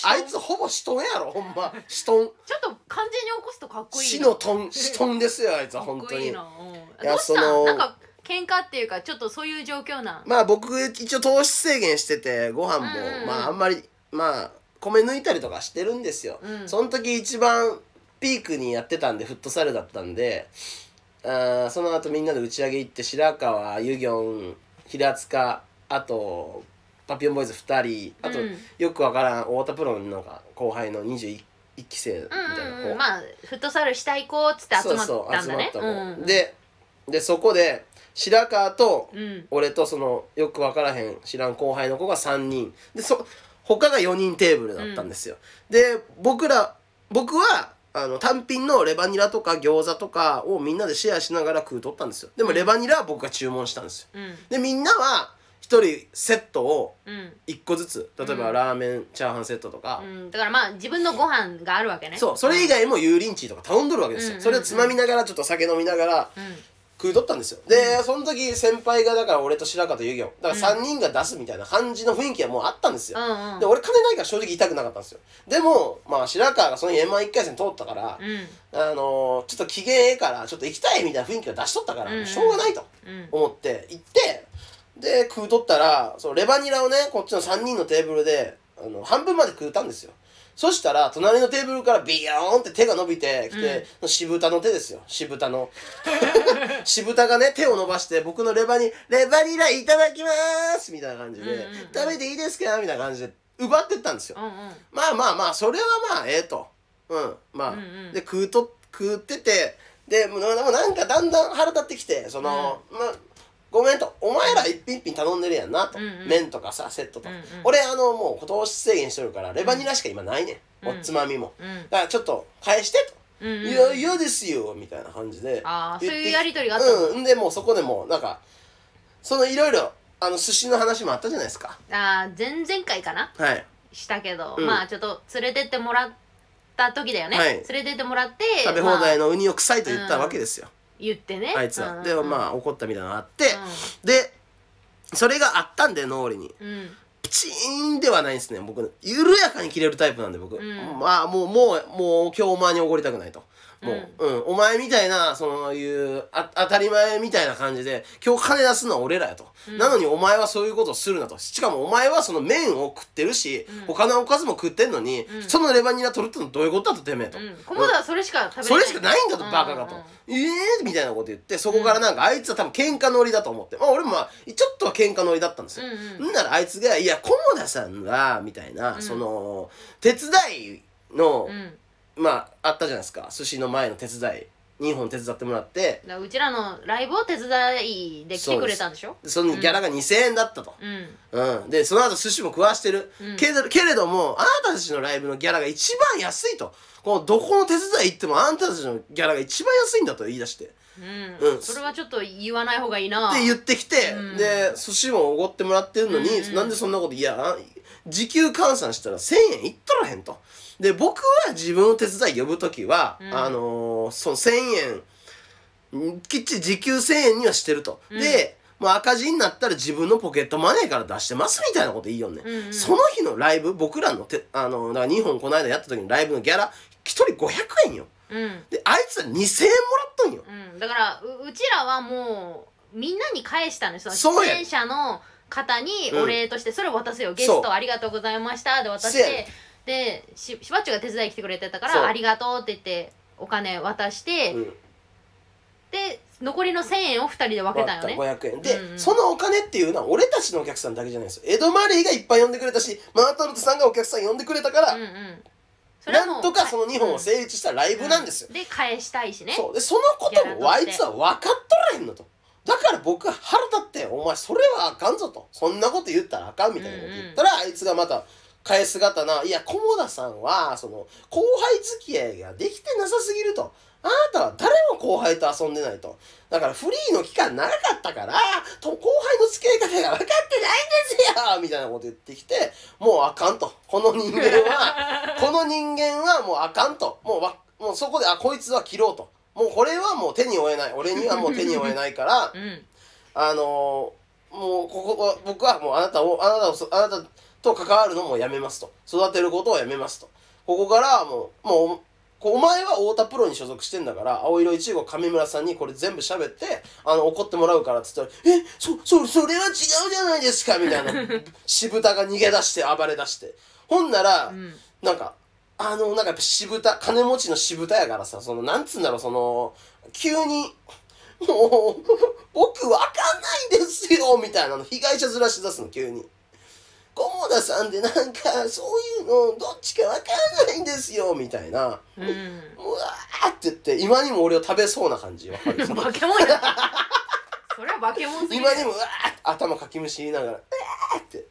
S1: あいつほぼしとんやろほんましとん
S2: ょっと漢字に起こすとかっこいい
S1: 死
S2: な
S1: のとんしとんですよあいつは
S2: かっ
S1: 本
S2: こ
S1: 当
S2: いい
S1: に
S2: なうん
S1: いや
S2: どうした
S1: その
S2: んなんか喧嘩っていうかちょっとそういう状況なん
S1: まあ僕一応糖質制限しててご飯も、
S2: うんうんうん
S1: まああんまりまあ米抜いたりとかしてるんですよ、
S2: うん
S1: その時一番ピークにやってたんでフットサルだったんであーその後みんなで打ち上げ行って白川ユギョン平塚あとパピオンボーイズ2人あと、
S2: うん
S1: よくわからん太田プロのなんか後輩の21期生みたいな
S2: うんうん
S1: 子
S2: うんまあフットサルしたい子っつって集まったんだね
S1: そうそう集まった
S2: うん
S1: の
S2: うん
S1: ででそこで白川と
S2: うん
S1: 俺とそのよく分からへん知らん後輩の子が3人でそ他が4人テーブルだったんですよ、で僕ら僕はあの単品のレバニラとか餃子とかをみんなでシェアしながら食うとったんですよでも
S2: うん
S1: レバニラは僕が注文したんですよ
S2: うん
S1: でみんなは1人セットを
S2: うん
S1: 1個ずつ例え
S2: う
S1: ば
S2: ん
S1: ラーメンチャーハンセットとか、
S2: うんだからまあ自分のご飯があるわけね
S1: そうそれ以外も油淋鶏とか頼んどるわけですよ、
S2: うん
S1: それをつまみながらちょっと酒飲みながら
S2: うん
S1: 食いとったんですよでその時先輩がだから俺と白川と遊戯王だから3人が出すみたいな感じの雰囲気はもうあったんですよ、
S2: うんうん
S1: で俺金ないから正直痛くなかったんですよでもまあ白川がその m 1 1回戦通ったから、
S2: うん
S1: あのーちょっと機嫌ええからちょっと行きたいみたいな雰囲気を出しとったから、
S2: うんうん
S1: しょうがないと
S2: うん
S1: 思って行ってで食うとったらそのレバニラをねこっちの3人のテーブルであの半分まで食うたんですよそしたら隣のテーブルからビヨーンって手が伸びてきて、渋豚の手ですよ渋豚の 渋豚がね手を伸ばして僕のレバニレバニラいただきますみたいな感じで、
S2: うんうんうん
S1: 食べていいですかみたいな感じで奪ってったんですよ、
S2: うんうん
S1: まあまあまあそれはまあええとうんまあ、
S2: うんうん
S1: で食うと食っててでもうななんかだんだん腹立ってきてその、まあごめんとお前ら一品一品頼んでるやんなと、
S2: うんうん
S1: 麺とかさセットとか、
S2: うんうん
S1: 俺あのもう糖質制限してるからレバニラしか今ないねん、
S2: うん
S1: おつまみも
S2: うん
S1: だからちょっと返して
S2: うん
S1: と「
S2: うん
S1: いや嫌ですよ」みたいな感じで
S2: ああそう
S1: 言っ
S2: い
S1: て
S2: う
S1: き
S2: やりとりがあったの
S1: うんでもうそこでもうなんかそのいろいろあの寿司の話もあったじゃないですか
S2: あー前々回かな
S1: はい
S2: したけど、
S1: うん
S2: まあちょっと連れてってもらった時だよね、
S1: はい
S2: 連れてってもらって
S1: 食べ放題
S2: ま
S1: の
S2: あ
S1: ウニを臭いと言ったわけですよ、
S2: 言ってね
S1: あいつは。で、まあ怒ったみたいなのがあって、
S2: あ
S1: で、それがあったんで、脳裏に。
S2: うんうん
S1: ピチーンではないんですね、僕。緩やかに切れるタイプなんで、僕。
S2: ん
S1: まあ、もう、もう、もう、今日お前に怒りたくないと。もう、うん、お前みたいな、そういう、あ、当たり前みたいな感じで、今日金出すのは俺らやと。なのに、お前はそういうことをするなと。しかも、お前はその麺を食ってるし、
S2: うん
S1: 他のおかずも食ってんのに、
S2: うん
S1: そのレバニラ取るってのはどういうことだと、てめえと。
S2: うんコモドはそれしか食べれない
S1: それしかないんだと
S2: う
S1: バカがと
S2: うんうん。
S1: ええー、みたいなこと言ってそこからなんかあいつは多分喧嘩乗りだと思って、まあ、俺もまあちょっとは喧嘩乗りだったんですよ。
S2: うん
S1: んならあいつが「いや菰田さんは」みたいな、
S2: うん
S1: その手伝いの
S2: う、ん
S1: まああったじゃないですか寿司の前の手伝い2本手伝ってもらって
S2: だからうちらのライブを手伝いで来てくれたんでしょ
S1: そのギャラが2,000円だったと。
S2: うん
S1: うん、でその後寿司も食わしてる、
S2: うん
S1: けどけれどもあなたたちのライブのギャラが一番安いとこのどこの手伝い行ってもあなたたちのギャラが一番安いんだと言い出して。
S2: うん、
S1: うん
S2: それはちょっと言わない方がいいな
S1: って言ってきて、
S2: うん
S1: で寿司もおごってもらってるのに、
S2: うんうん
S1: なんでそんなこといやあ時給換算したら1,000円いっとらへんとで僕は自分を手伝い呼ぶ時は、
S2: うん
S1: あのーその1,000円んきっちり時給1,000円にはしてると、
S2: うん
S1: でもう赤字になったら自分のポケットマネーから出してますみたいなこといいよね、
S2: うんうん
S1: その日のライブ僕らのてあのだから日本この間やった時のライブのギャラ1人500円よ
S2: うん
S1: であいつら2000円もらっとんよ
S2: うん、だからううちらはもうみんなに返したのその
S1: そう
S2: 出
S1: や
S2: 演者の方にお礼としてそれを渡すよ、ゲ
S1: そ
S2: ス
S1: う
S2: トありがとうございましたで渡し
S1: せやね
S2: てでししばっちゅうが手伝い来てくれてたか
S1: そう
S2: らありがとうって言ってお金渡して、
S1: うん
S2: で残りの1000円を2人で分けたよね
S1: 割った500円で、
S2: うんうん
S1: そのお金っていうのは俺たちのお客さんだけじゃないんですよエド・マリーがいっぱい呼んでくれたしマートルトさんがお客さん呼んでくれたから、
S2: うんうんそれはもう
S1: なんとかその日本を成立したライブなんですよ、
S2: うで返したいしね
S1: そうでそのことをあいつは分かっとらへんのとだから僕は腹立って「お前それはあかんぞ」と「そんなこと言ったらあかん」みたいなこと言ったら、あいつがまた返すがたな「いや菰田さんはその後輩付き合いができてなさすぎる」と。あなたは誰も後輩と遊んでないと。だからフリーの期間長かったから、と後輩の付き合い方が分かってないんですよみたいなこと言ってきて、もうあかんと。この人間は、 この人間はもうあかんともうわもうそこであこいつは切ろうともうこれはもう手に負えない俺にはもう手に負えないから
S2: うん
S1: あのーもうここは僕はもうあなたをあなたをそあなたと関わるのもやめますと育てることをやめますとここからはもうもうこうお前は太田プロに所属してんだから青色1号上村さんにこれ全部喋ってあの怒ってもらうからっつったら「えそそそれは違うじゃないですか」みたいな渋田が逃げ出して暴れ出してほんなら、
S2: うん
S1: なんか、あの、なんかやっぱ渋田、金持ちの渋田やからさ、その、なんつうんだろう、その、急に、もう、僕わかんないですよみたいなの、被害者ずらし出すの、急に。菰田さんでなんか、そういうの、どっちかわかんないんですよみたいな、
S2: うん
S1: うわーって言って、今にも俺を食べそうな感じ、わかるその
S2: 化け物やそれは化け物すぎる
S1: 今にもうわーって頭かきむしりながらうわーって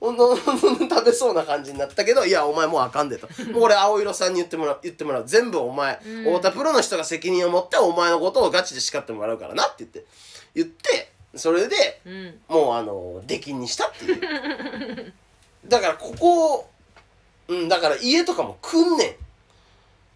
S1: ほんの食べそうな感じになったけどいやお前もうあかんでともう俺青色さんに言ってもらう言ってもらう全部お前、
S2: うん
S1: 太田プロの人が責任を持ってお前のことをガチで叱ってもらうからなって言って言ってそれで
S2: うん
S1: もうあの出禁にしたっていう だからここをうんだから家とかもくんねん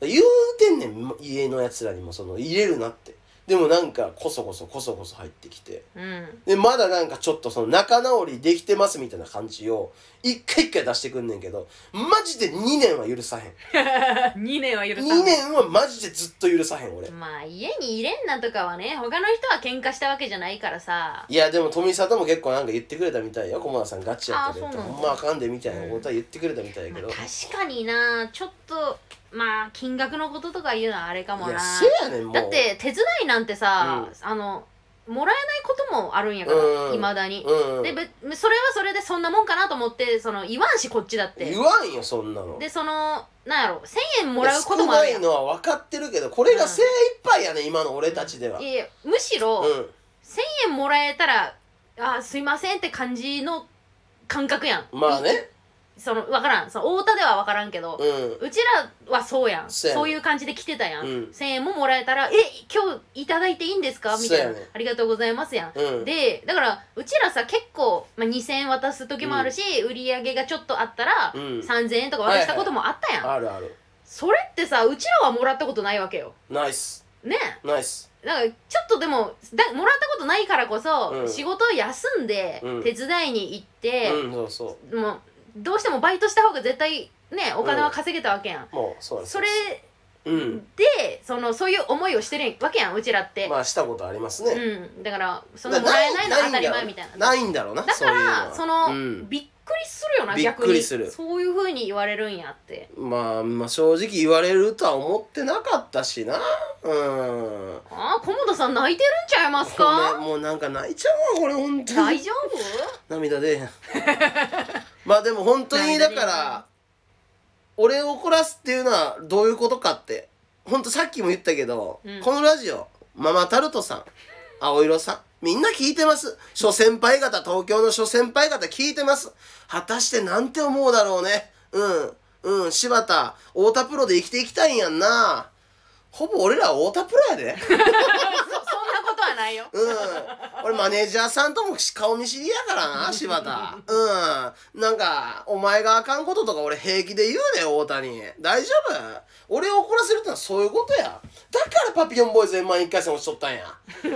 S1: 言うてんねん家のやつらにもその入れるなってでもなんかこそこそこそこそ入ってきて
S2: うん
S1: でまだなんかちょっとその仲直りできてますみたいな感じを一回一回出してくんねんけどマジで2年は許さへん
S2: 2年は許さん
S1: 2年はマジでずっと許さへん俺
S2: まあ家に入れんなとかはね他の人は喧嘩したわけじゃないからさ
S1: いやでも富里も結構なんか言ってくれたみたいよ駒田さんガチやったで
S2: あそうなんだ
S1: ほんまあかんでみたいなことは言ってくれたみたいや
S2: ま
S1: け
S2: あ
S1: ど、
S2: 確かになちょっとまあ金額のこととか言うのはあれかも
S1: いや
S2: な
S1: せやねんもう
S2: だって手伝いなんてさ、
S1: う
S2: あのもらえないこともあるんやから
S1: うん
S2: いまだに、
S1: うん
S2: でべそれはそれでそんなもんかなと思ってその言わんしこっちだって
S1: 言わんよそんなの
S2: でそのなんやろ1000円もらうこともあ
S1: 少
S2: る
S1: な
S2: や
S1: い
S2: ん
S1: のは分かってるけどこれが精一杯やねん今の俺たちでは、
S2: いやいやむしろ、
S1: うん
S2: 1000円もらえたら「あーすいません」って感じの感覚やん
S1: まあね
S2: その分からんその太田では分からんけど、
S1: うん
S2: うちらはそうやん
S1: そうやね
S2: そういう感じで来てたやん、
S1: うん
S2: 1000円ももらえたら「え今日いただいていいんですか?」みたいな、
S1: そうやね
S2: ありがとうございます」やん、
S1: うん
S2: でだからうちらさ結構、まあ、2000円渡す時もあるし、売り上げがちょっとあったら、
S1: うん
S2: 3000円とか渡したこともあったやん、
S1: あるある
S2: それってさうちらはもらったことないわけよ
S1: ナイス
S2: ね
S1: ナイス
S2: なんかちょっとでもだもらったことないからこそ、
S1: うん
S2: 仕事を休んで、
S1: うん
S2: 手伝いに行って、
S1: うんそうそ
S2: もうどうしてもバイトした方が絶対ねお金は稼げたわけやん、
S1: うもうそうなんです
S2: それ
S1: うん
S2: でそのそういう思いをしてるわけやんうちらって、
S1: まあしたことありますね、
S2: うん、だからそのもらえないのは当たり前みたいな
S1: ないんだろうな
S2: だからそ
S1: そういう
S2: の、
S1: うん
S2: びっくりするよな
S1: びっ
S2: 逆に
S1: くりする
S2: そういうふうに言われるんやって
S1: まあまあ正直言われるとは思ってなかったしなうん
S2: ああ菰田さん泣いてるんちゃいます
S1: ご
S2: か
S1: めんもうなんか泣いちゃうわこれ本当
S2: 大
S1: に
S2: 丈夫
S1: 涙出えへんまあでも本当にだから俺を怒らすっていうのはどういうことかって本当さっきも言ったけど、
S2: うん
S1: このラジオママタルトさん青色さんみんな聞いてます諸先輩方東京の諸先輩方聞いてます果たしてなんて思うだろうねうんうん柴田太田プロで生きていきたいんやんなほぼ俺らは太田プロやで
S2: そそんなことはないよ
S1: うん俺マネージャーさんとも顔見知りやからな柴田うんなんかお前があかんこととか俺平気で言うで大谷大丈夫俺を怒らせるってのはそういうことやだからパピヨンボーイズ m 1 1回戦落ちとったんや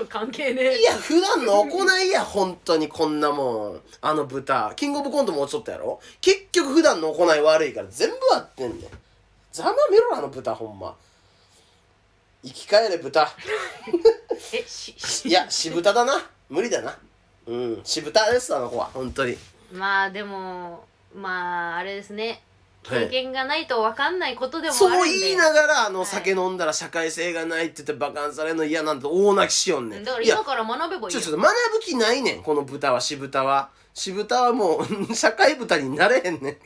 S2: 関係ねえ
S1: いや普段の行いや本当にこんなもんあの豚キングオブコントも落ちとったやろ結局普段の行い悪いから全部合ってんねんざまめろあの豚ほんま生き返れ豚
S2: えしし
S1: いや、渋豚だな。無理だな。うん、渋豚です、あの子は。本当に。
S2: まあでもまああれですね
S1: はい
S2: 経験がないと分かんないことでもあ
S1: そう
S2: るん
S1: 言
S2: で
S1: いながら、あの、
S2: はい
S1: 酒飲んだら社会性がないって言ってバカンされるの嫌なんて大泣きしよんねん。
S2: だから
S1: いや
S2: 今、から学べばいい
S1: ちょ、
S2: よ
S1: ちょっと学ぶ気ないねん、この豚は、渋豚は。渋豚はもう、 社会豚になれへんねん。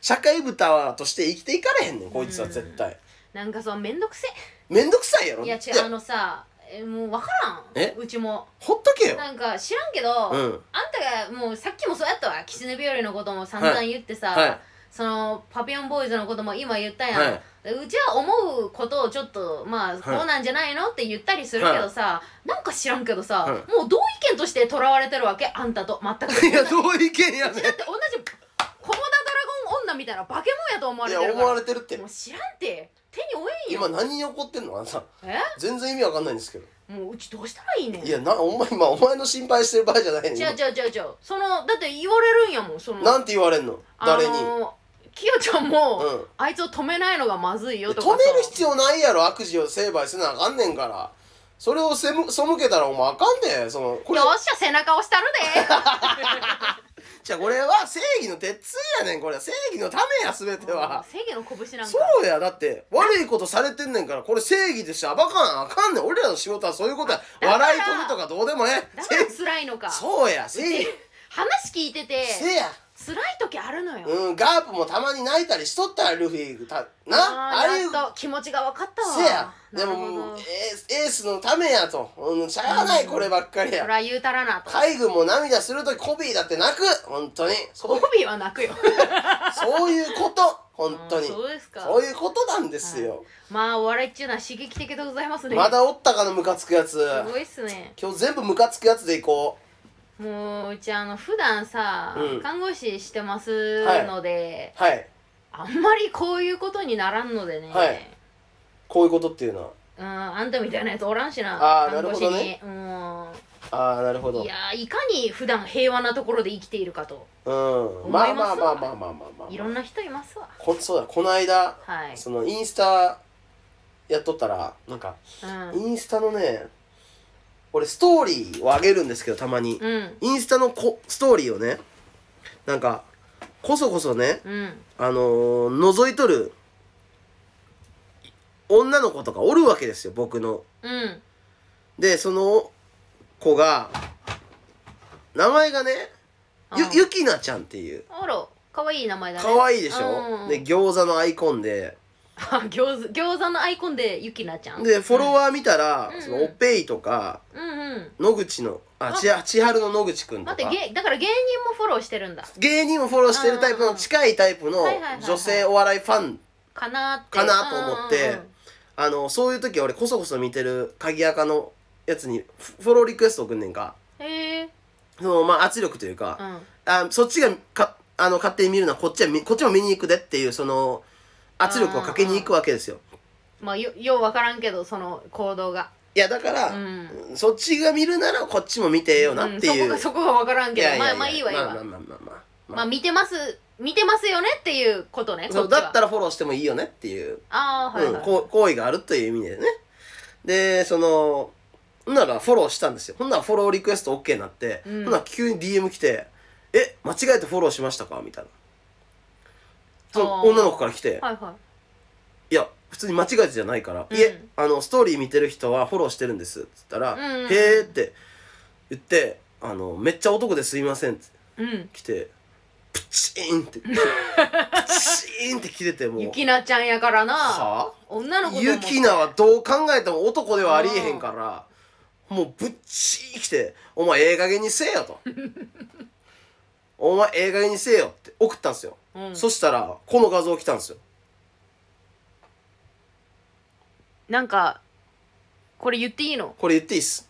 S1: 社会豚はとして生きていかれへんねん、こいつは絶対。
S2: なんかそうめんどくせ
S1: めんどくさいやろ
S2: いや違うあのさえもう分から
S1: え
S2: んうちも
S1: ほっとけよ。
S2: なんか知らんけど、
S1: うん。
S2: あんたがもうさっきもそうやったわ狐日和のことも散々言ってさ、
S1: はい。
S2: そのパピヨンボーイズのことも今言ったやん、
S1: は
S2: うちは思うことをちょっとまあこうなんじゃないのって言ったりするけどさ、なんか知らんけどさ、
S1: はい
S2: もう同意見としてとらわれてるわけあんたと全く
S1: い。いや、どういう意見やねん。
S2: だって同じコモダドラゴン女みたいな化け物やと思わ
S1: い
S2: れ
S1: や、
S2: て る
S1: 思
S2: から
S1: われてるって
S2: もう。知らんて手に負えんよ
S1: 今何に怒ってんのあんさ。
S2: え
S1: 全然意味わかんないんですけど。
S2: もううちどうしたらいいねん
S1: いやなお前今お前の心配してる場合じゃないねん
S2: 違う違う違う違うそのだって言われるんやもんその
S1: なんて言われんの誰に、
S2: あのキヨちゃんも、
S1: うん
S2: あいつを止めないのがまずいよと
S1: 止
S2: かさ
S1: める必要ないやろ悪事を成敗せなあかんねんからそれを背む背けたらお前あかんでそのこれ
S2: よっしゃ背中押したる
S1: じゃあこれは正義の鉄槌やねんこれは正義のためや全て
S2: でもう
S1: は
S2: 正義の拳なんか
S1: そうやだって悪いことされてんねんからこれ正義として暴かなあかんねん俺らの仕事はそういうことや
S2: だから
S1: 笑い取るとかどうでもええ
S2: だから
S1: せ
S2: 辛いのか
S1: そうや正義
S2: 話聞いてて
S1: せや
S2: 辛い時あるのよ、
S1: うんガープもたまに泣いたりしとったらルフィたな
S2: あ
S1: あ
S2: ー
S1: れ
S2: やっと気持ちが分かったわ
S1: せやで
S2: なる
S1: も
S2: ほ
S1: も
S2: ど
S1: うエースエースのためやと、うん、しゃあないこればっかり
S2: そ
S1: や
S2: ら言うたらなと
S1: 海軍も涙するときコビーだって泣く本当にそ
S2: コ
S1: う
S2: ビーは泣くよ
S1: そういうこと 本当に
S2: あーそうですか
S1: そういうことなんですよ、
S2: まあお笑いっちゅうのは刺激的でございますね
S1: まだおったかのムカつくやつ
S2: すごいっすね
S1: 今日全部ムカつくやつでいこ
S2: もううちあの普段さ、
S1: うん
S2: 看護師してますので、
S1: うはい
S2: あんまりこういうことにならんのでね、
S1: はいこういうことっていうのは
S2: うんあんたみたいなやつおらんしな
S1: あー
S2: 看護師
S1: なるほど
S2: に
S1: ね
S2: うん
S1: ああなるほど
S2: いやーいかに普段平和なところで生きているかと
S1: うんま
S2: 思
S1: あま
S2: いま
S1: あ
S2: す
S1: まあまあまあまあまあ、
S2: いろんな人いますわ
S1: こそうだこの間
S2: はい、
S1: そのインスタやっとったらなんか
S2: うん
S1: インスタのね俺ストーリーを上げるんですけどたまに
S2: うん
S1: インスタのこストーリーをねなんかこそこそね
S2: うん
S1: あのー、覗いとる女の子とかおるわけですよ僕の
S2: うん
S1: でその子が名前がねゆ
S2: うん
S1: ゆきなちゃんっていう
S2: あらかわいい名前だね
S1: 可愛いでし
S2: うん
S1: ょで餃子のアイコンで
S2: あ餃子餃子のアイコンでゆきなちゃん
S1: でフォロワー見たら、
S2: うん
S1: そのおっぺいとか
S2: うんうん
S1: 野口のあ
S2: あ
S1: ちは千春の野口くんとか
S2: 待って芸だから芸人もフォローしてるんだ
S1: 芸人もフォローしてるタイプ
S2: うんうん
S1: の
S2: うん
S1: 近いタイプの
S2: はいはいはいはい
S1: 女性お笑いファン
S2: かなーって
S1: かなと思って
S2: うんうんうん
S1: あのそういう時俺こそこそ見てる鍵垢のやつにフフォローリクエスト送んねんか
S2: へえ
S1: そのまあ圧力というか、
S2: うん
S1: あそっちがかあの勝手に見るのはこっちは見こっちも見に行くでっていうその圧力をかけに行くわけですよ
S2: まあよようわからんけどその行動が
S1: いやだから、
S2: うん
S1: そっちが見るならこっちも見てよなっていう、
S2: んそこがそこがわからん
S1: い
S2: けど
S1: やいやいや
S2: まあまあいいわいいわ、
S1: まあ
S2: ま
S1: まあ
S2: あ
S1: まあまあまあまあ
S2: 見てます見てますよねっていうことね
S1: そ
S2: こ
S1: う
S2: っちは
S1: だったらフォローしてもいいよねっていう
S2: ああはい、
S1: う
S2: は
S1: ん
S2: い
S1: こう行為があるという意味でねでそのほんならフォローしたんですよほんならフォローリクエスト OK になって、
S2: うん
S1: ほんなら急に DM 来て「え間違えてフォローしましたか?」みたいなその
S2: あー
S1: 女の子から来て
S2: はいは
S1: 「
S2: い
S1: いや普通に間違えてじゃないから、
S2: うん
S1: いえあのストーリー見てる人はフォローしてるんです」っつったら「
S2: うんうんうん
S1: へえ」って言ってあの「めっちゃ男ですいません」って
S2: うん
S1: 来てプチーンってプ チーンって切れてもう
S2: ゆきなちゃんやからな
S1: はあ
S2: 女の子と思
S1: ユ
S2: って
S1: キナはどう考えても男ではありえへんからもうぶっちーきて「お前ええ加減にせえよ」と 「お前ええ加減にせえよ」って送ったんですよ、
S2: うん
S1: そしたらこの画像来たんですよ
S2: なんかこれ言っていいの
S1: これ言っていいっす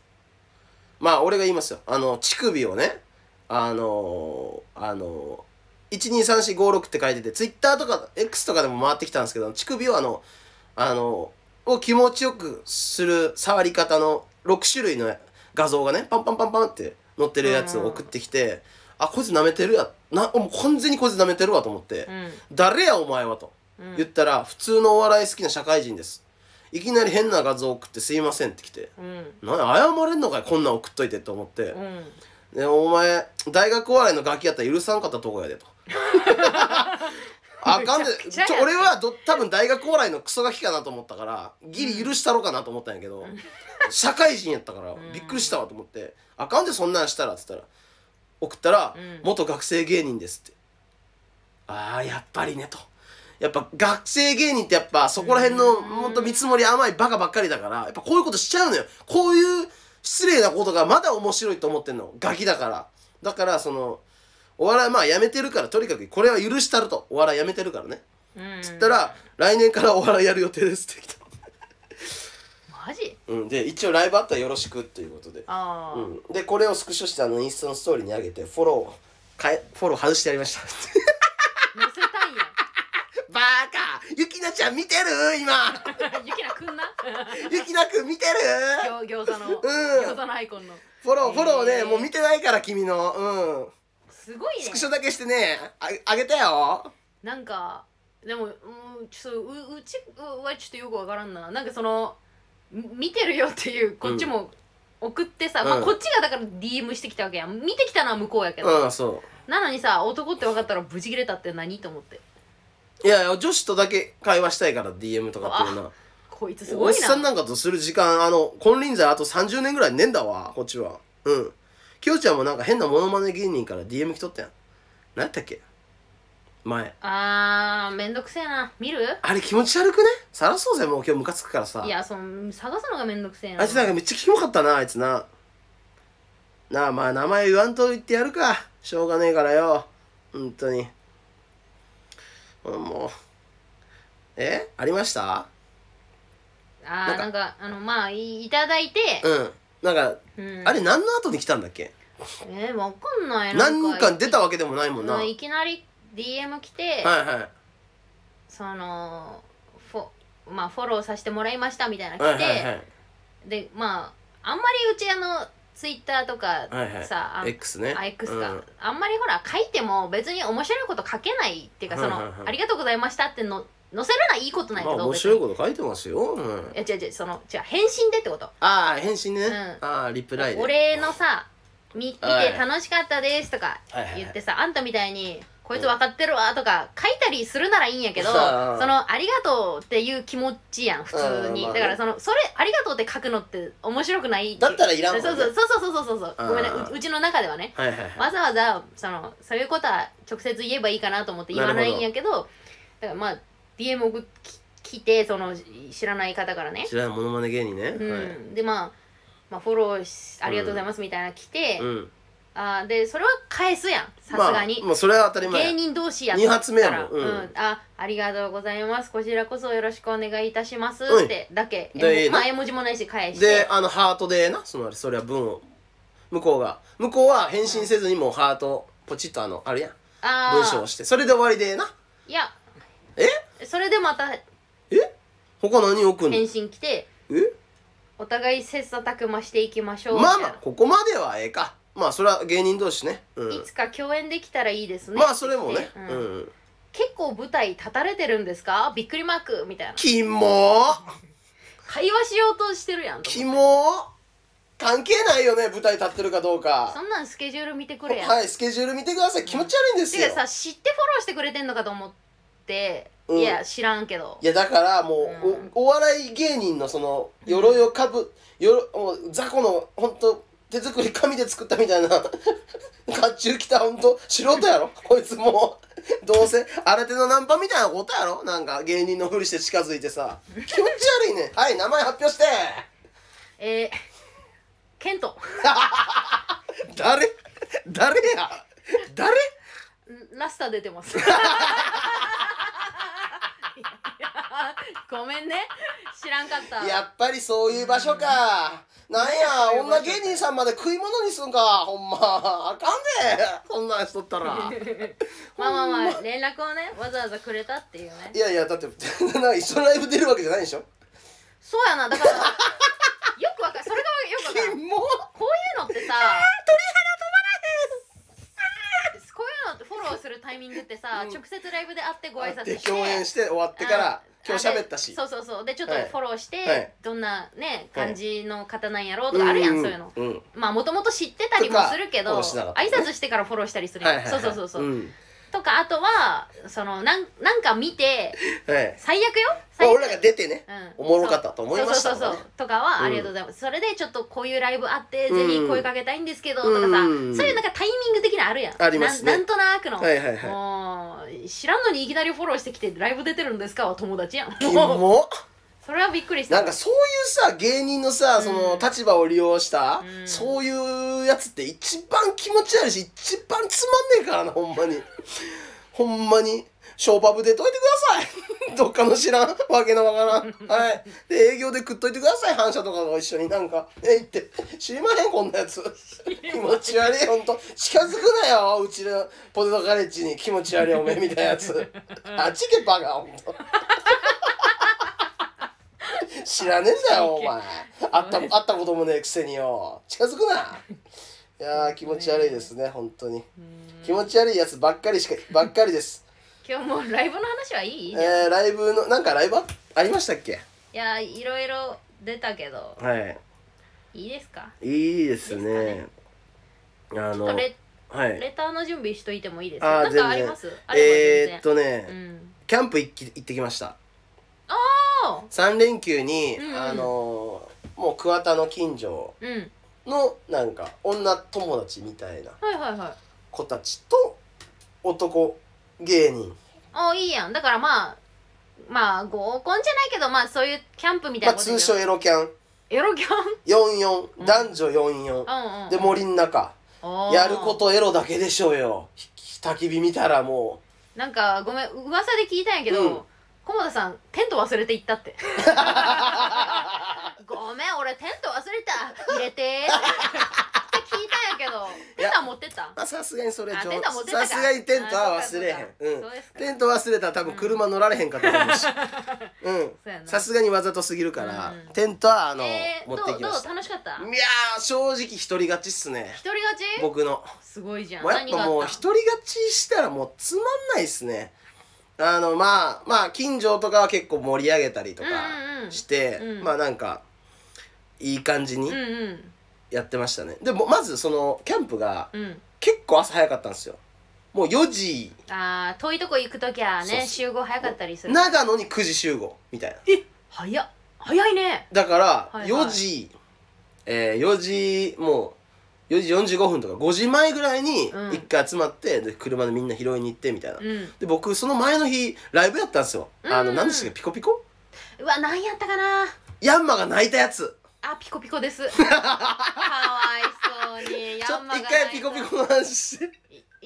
S1: まあ俺が言いますよあの乳首をねあのあの123456って書いててツイッターとか X とかでも回ってきたんですけど乳首をあのあのを気持ちよくする触り方の6種類の画像がねパンパンパンパンって載ってるやつを送ってきて、あこいつ舐めてるやなもう完全にこいつ舐めてるわと思って
S2: う、ん
S1: 誰やお前はと
S2: うん
S1: 言ったら普通のお笑い好きな社会人ですいきなり変な画像送ってすいませんって来て
S2: うん
S1: なんや謝れんのかいこんなん送っといてと思って、
S2: うん
S1: でお前大学お笑いのガキやったら許さんかったとこやで とあかんで
S2: め
S1: ち
S2: ちゃ
S1: ょ
S2: くちゃやん
S1: 俺はど多分大学お笑いのクソガキかなと思ったからギリ許したろかなと思ったんやけど、社会人やったから
S2: ん
S1: びっくりしたわと思って「あかんでそんなんしたら」っつったら送ったら
S2: うん
S1: 「元学生芸人です」って「ああやっぱりね」と。やっぱ学生芸人ってやっぱそこら辺の
S2: うん
S1: もっと見積もり甘いバカばっかりだからやっぱこういうことしちゃうのよこういう失礼なことがまだ面白いと思ってんのガキだからだからそのお笑いまあやめてるからとにかくこれは許したるとお笑いやめてるからね
S2: うん
S1: つったら来年から お笑いやる予定ですって来た、
S2: マジ
S1: うん、で一応ライブあったらよろしくっていうことで
S2: ああ、
S1: うん、でこれをスクショしてあのインスタのストーリーに上げてフォローかえフォロー外してやりました
S2: 乗せたい
S1: バカゆきなちゃん見てる今
S2: や んゆきなくんな
S1: ゆきなくん見てる
S2: 餃餃子の、
S1: うん
S2: 餃子のアイコンの
S1: フォローフォローね、
S2: えー
S1: もう見てないから君のうん
S2: すごいね
S1: スクショだけしてねああげたよ
S2: なんかでも、うん、ちょっとううちはちょっとよくわからんななんかそのみ見てるよっていうこっちも送ってさ、まあ
S1: うん
S2: こっちがだから DM してきたわけやん見てきたのは向こうやけど、
S1: うんそ
S2: なのにさ男って分かったらブチ切れたって何と思って
S1: ういやいや女子とだけ会話したいから DM とかっていうのは
S2: こいつす
S1: お
S2: ご
S1: っ
S2: いな
S1: さんなんかとする時間あの金輪際あと30年ぐらいねえんだわこっちはうんきよちゃんもなんか変なモノマネ芸人から DM 来とったやん何やったっけ前
S2: あーめんどくせえな見る
S1: あれ気持ち悪くねさらそうぜもう今日ムカつくからさ
S2: いやその探すのがめんどくせえな
S1: あいつなんかめっちゃキモかったなあいつななあまあ名前言わんと言ってやるかしょうがねえからよ本当にうんもうえありました
S2: あ
S1: な
S2: ー
S1: んか
S2: なんかあのまあいいただいて、
S1: うんなんか、
S2: うん
S1: あれ何の後に来たんだっけ
S2: えー、わかんない
S1: 何人か出たわけでもないもんな、
S2: うんいきなり DM 来て、
S1: はいはい
S2: そのフォ,、まあ、フォローさせてもらいましたみたいな
S1: は
S2: 来て、
S1: いはいはい
S2: でまああんまりうちあのツイッターとかさ、
S1: はいはい
S2: あ
S1: X ね
S2: あ X か、
S1: うん
S2: あんまりほら書いても別に面白いこと書けないっていうかそ
S1: はい
S2: の、
S1: はいはい
S2: ありがとうございましたっての載せるのはいいことないけ
S1: まあ
S2: ど、
S1: 面白いこと書いてますよ、うん、
S2: といや違う違うその違う返信でってこと
S1: ああ返信ね、
S2: うん
S1: ああリプライで
S2: お礼のさ「み見て
S1: はい
S2: 楽しかったです」とか
S1: はいはいはい
S2: 言ってさ、あんたみたいに「こいつ分かってるわ」とか書いたりするならいいんやけど、
S1: うん
S2: その「ありがとう」っていう気持ちやん普通に、
S1: うんまあね
S2: だからそのそれ「ありがとう」って書くのって面白くない
S1: だったらいらんもんね
S2: そうそうそうそうそうそうそう
S1: うん
S2: ごめんねううちの中ではね
S1: はいはいはい、
S2: わざわざそのそういうことは直接言えばいいかなと思って言わないんやけどだからまあ DM 送っき来てその知らない方からね
S1: 知らないモノマネ芸人ね、
S2: うん
S1: はい
S2: でまあまあ、フォローしありがとうございますみたいなの来て、
S1: うん
S2: あーでそれは返すやんさすがに、
S1: まあ、もうそれは当たり前
S2: 芸人同士や
S1: 二発目やもん
S2: う
S1: うんん
S2: あありがとうございますこちらこそよろしくお願いいたします
S1: うん
S2: ってだけ、
S1: で
S2: えもまあ絵文字もないし返して
S1: であのハートでなそのあれそれは文を向こうが向こうは返信せずにもうハートポチッとあのあるやん
S2: あー
S1: 文章を押してそれで終わりでない
S2: や
S1: え
S2: それでまた
S1: え他何送んの
S2: 返信来て
S1: え
S2: お互い切磋琢磨していきましょうみ
S1: ま
S2: た
S1: あ
S2: い
S1: ま
S2: な
S1: あここまではええかまあそれは芸人同士ね、うん、
S2: いつか共演できたらいいですね
S1: まあそれもね
S2: って
S1: う
S2: 言っ
S1: ん
S2: て、結構舞台立たれてるんですかびっくりマークみたいな
S1: キモー
S2: 会話しようとしてるやん
S1: キモー関係ないよね舞台立ってるかどうか
S2: そんなんスケジュール見てくれやん
S1: はいスケジュール見てください気持ち悪いんです
S2: て
S1: よ
S2: かさ知ってフォローしてくれてんのかと思って、
S1: うん
S2: いや知らんけど
S1: いやだからもう、
S2: うん
S1: おお笑い芸人のその鎧をかぶよろもう雑魚の本当手作り紙で作ったみたいな甲冑着た本当素人やろこいつもうどうせ新手のナンパみたいなことやろなんか芸人のふりして近づいてさ気持ち悪いねはい名前発表して
S2: えー、ケント
S1: 誰誰や誰
S2: んラスター出てますいやごめんね知らんかった
S1: やっぱりそういう場所かなんや女芸人さんまで食い物にすんかほんまあかんでそんなんしとったら
S2: まあまあまあ連絡をねわざわざくれたっていうね
S1: いやいやだって一緒のライブ出るわけじゃないでしょ
S2: そうやなだからよくわかるそれがよくわか
S1: も
S2: るこういうのってさ鳥肌止まらへんこういうのってフォローするタイミングってさ、直接ライブで会ってご挨
S1: う
S2: 拶
S1: で
S2: して
S1: 共演して終わってから
S2: うん
S1: 今日喋ったし
S2: あでそうそうそうでちょっと
S1: はい
S2: フォローして、
S1: はい
S2: どんなね感じの方なんやろうとかあるやん、そういうの
S1: うんうん
S2: まあもともと知ってたりもするけ
S1: と
S2: ど
S1: かフォローしなかったね
S2: 挨拶してからフォローしたりする
S1: は
S2: や
S1: い
S2: ん、
S1: はいはい
S2: そうそうそうそう、
S1: ん
S2: とかあとはそのなんなんか見て
S1: はい
S2: 最悪よ
S1: ま
S2: 最
S1: あ
S2: 悪
S1: 俺らが出てね
S2: う
S1: お
S2: ん
S1: もろかったと思いました
S2: そうそうそうそう
S1: とかね
S2: とかは
S1: うん
S2: ありがとうございます、それでちょっとこういうライブあって、
S1: うん
S2: ぜひ声かけたいんですけどとかさ、
S1: うん
S2: そういうなんかタイミング的なのあるやん
S1: ありますね
S2: なんなんとなくの、
S1: はいはいはい
S2: もう知らんのにいきなりフォローしてきてライブ出てるんですかは友達やん
S1: キ
S2: もう
S1: モ
S2: それはびっくりした
S1: なんかそういうさ芸人のさその
S2: うん
S1: 立場を利用した、
S2: うん
S1: そういうやつって一番気持ち悪いし一番つまんねえからなほんまにほんまにショーパブ出といてくださいどっかの知らんわけのわからんはいで営業で食っといてください反社とかと一緒になんかえ行って知りまへんこんなやつ気持ち悪いほんと近づくなようちのポテトカレッジに気持ち悪いおめえみたいなやつあっち行けバカほんと知らねえんだよお前あった会ったこともねえくせによ近づくないやー気持ち悪いですね本当に気持ち悪いやつばっか りしかばっかりです
S2: 今日もうライブの話はいい、
S1: えー、ライブのなんかライブあありましたっけ
S2: いやいろいろ出たけど
S1: はい
S2: いいですか
S1: いいです
S2: ねで
S1: あ
S2: ちょっとレ
S1: は
S2: レターの準備しといてもいいです
S1: あー
S2: かなんかありますあれ
S1: えー、
S2: ば
S1: っ
S2: 全然、
S1: とね、
S2: うん
S1: キャンプ行き行ってきました
S2: ああ
S1: 3連休に、
S2: うんうん
S1: あのーもう桑田の近所
S2: うん
S1: のなんか女友達みたいな
S2: はいはいはい
S1: 子たちと男芸人
S2: あいいやんだからまあまあ合コンじゃないけどまあそういうキャンプみたい
S1: まあ、
S2: なことで
S1: 通称エロキャン
S2: エロキャン
S1: 44、
S2: うん
S1: 男女44、
S2: うんうん
S1: で森の中
S2: おー
S1: やることエロだけでしょうよひ焚き火見たらも
S2: なんかごめん噂で聞いたんやけど、
S1: うん
S2: 菰田さんテント忘れて行ったって ごめん俺テント忘れた入れてって聞いたんやけどテントは持ってった
S1: うまあさすがにそれ
S2: あ
S1: 上
S2: テントは持ってったか
S1: さすがにテントは忘れへ
S2: あ
S1: んうん
S2: そうですか
S1: テント忘れたら多分車乗られへんかと思 うしうん
S2: そうやな
S1: さすがにわざとすぎるから、
S2: うん
S1: テントはあの、
S2: えー、
S1: 持
S2: ど
S1: って
S2: う
S1: き
S2: ど
S1: ま
S2: う
S1: したい
S2: 楽しかった
S1: や
S2: 一
S1: ー正直一人勝ちっすね
S2: 人勝ち
S1: 僕の
S2: すごいじゃん
S1: もうやっ
S2: 何が
S1: ぱもう
S2: あっ
S1: 一
S2: た
S1: 人勝ちしたらもうつまんないっすねあのまあまあ近所とかは結構盛り上げたりとか
S2: うんうん
S1: して、
S2: うん
S1: まあなんかいい感じに
S2: うんうん
S1: やってましたね、でもまずそのキャンプが
S2: うん
S1: 結構朝早かったんですよもう4時
S2: あー遠いとこ行くときは
S1: そうそ
S2: ね
S1: う
S2: 集合早かったりする
S1: 長野に9時集合みたいな
S2: え早っ早いね
S1: だから
S2: はいはい
S1: 4時、えー、4時もう4時45分とか5時前ぐらいに
S2: うん
S1: 一回集まって、で車でみんな拾いに行ってみたいな、
S2: うん
S1: で僕その前の日ライブやったんですよあ
S2: うんう
S1: の
S2: ん
S1: 何でしたっけピコピコ
S2: うわ何やったかな
S1: ヤンマが泣いたやつ
S2: あピコピコで すかわいそうに
S1: ちょ
S2: ヤ
S1: っ
S2: ン
S1: と
S2: マ
S1: 一
S2: が
S1: 回ピコピコの話して
S2: い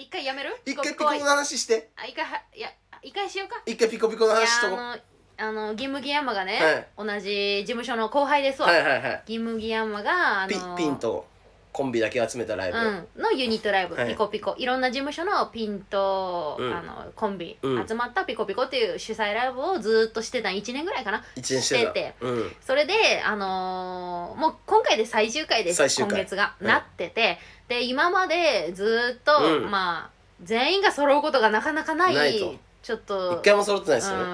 S2: 一回やめる
S1: 一
S2: ピコ
S1: 回
S2: ピ
S1: ピ
S2: コ
S1: コピコの
S2: は
S1: 話して
S2: あ一回はいや一回しようか
S1: 一回ピコピコの
S2: いや
S1: 話しとこう
S2: あのあの義務ギヤンマがね、
S1: はい
S2: 同じ事務所の後輩ですわ、
S1: はいはいはい
S2: 義務ギヤンマがあの
S1: ピピンとコンビだけ集めたライブ、
S2: うん、のユニットライブ、
S1: はい
S2: ピコピコいろんな事務所のピンと、
S1: うん
S2: あのコンビ、
S1: うん
S2: 集まったピコピコっていう主催ライブをずーっとしてた1年ぐらいかな
S1: 一年してた
S2: して
S1: うん
S2: それであのーもう今回で最終回です
S1: 最終回
S2: 今月が、
S1: い
S2: なっててで今までずーっと、
S1: うん
S2: まあ全員が揃うことがなかなかない
S1: ないと
S2: ちょっと
S1: 一回も揃ってないですよね
S2: う
S1: うん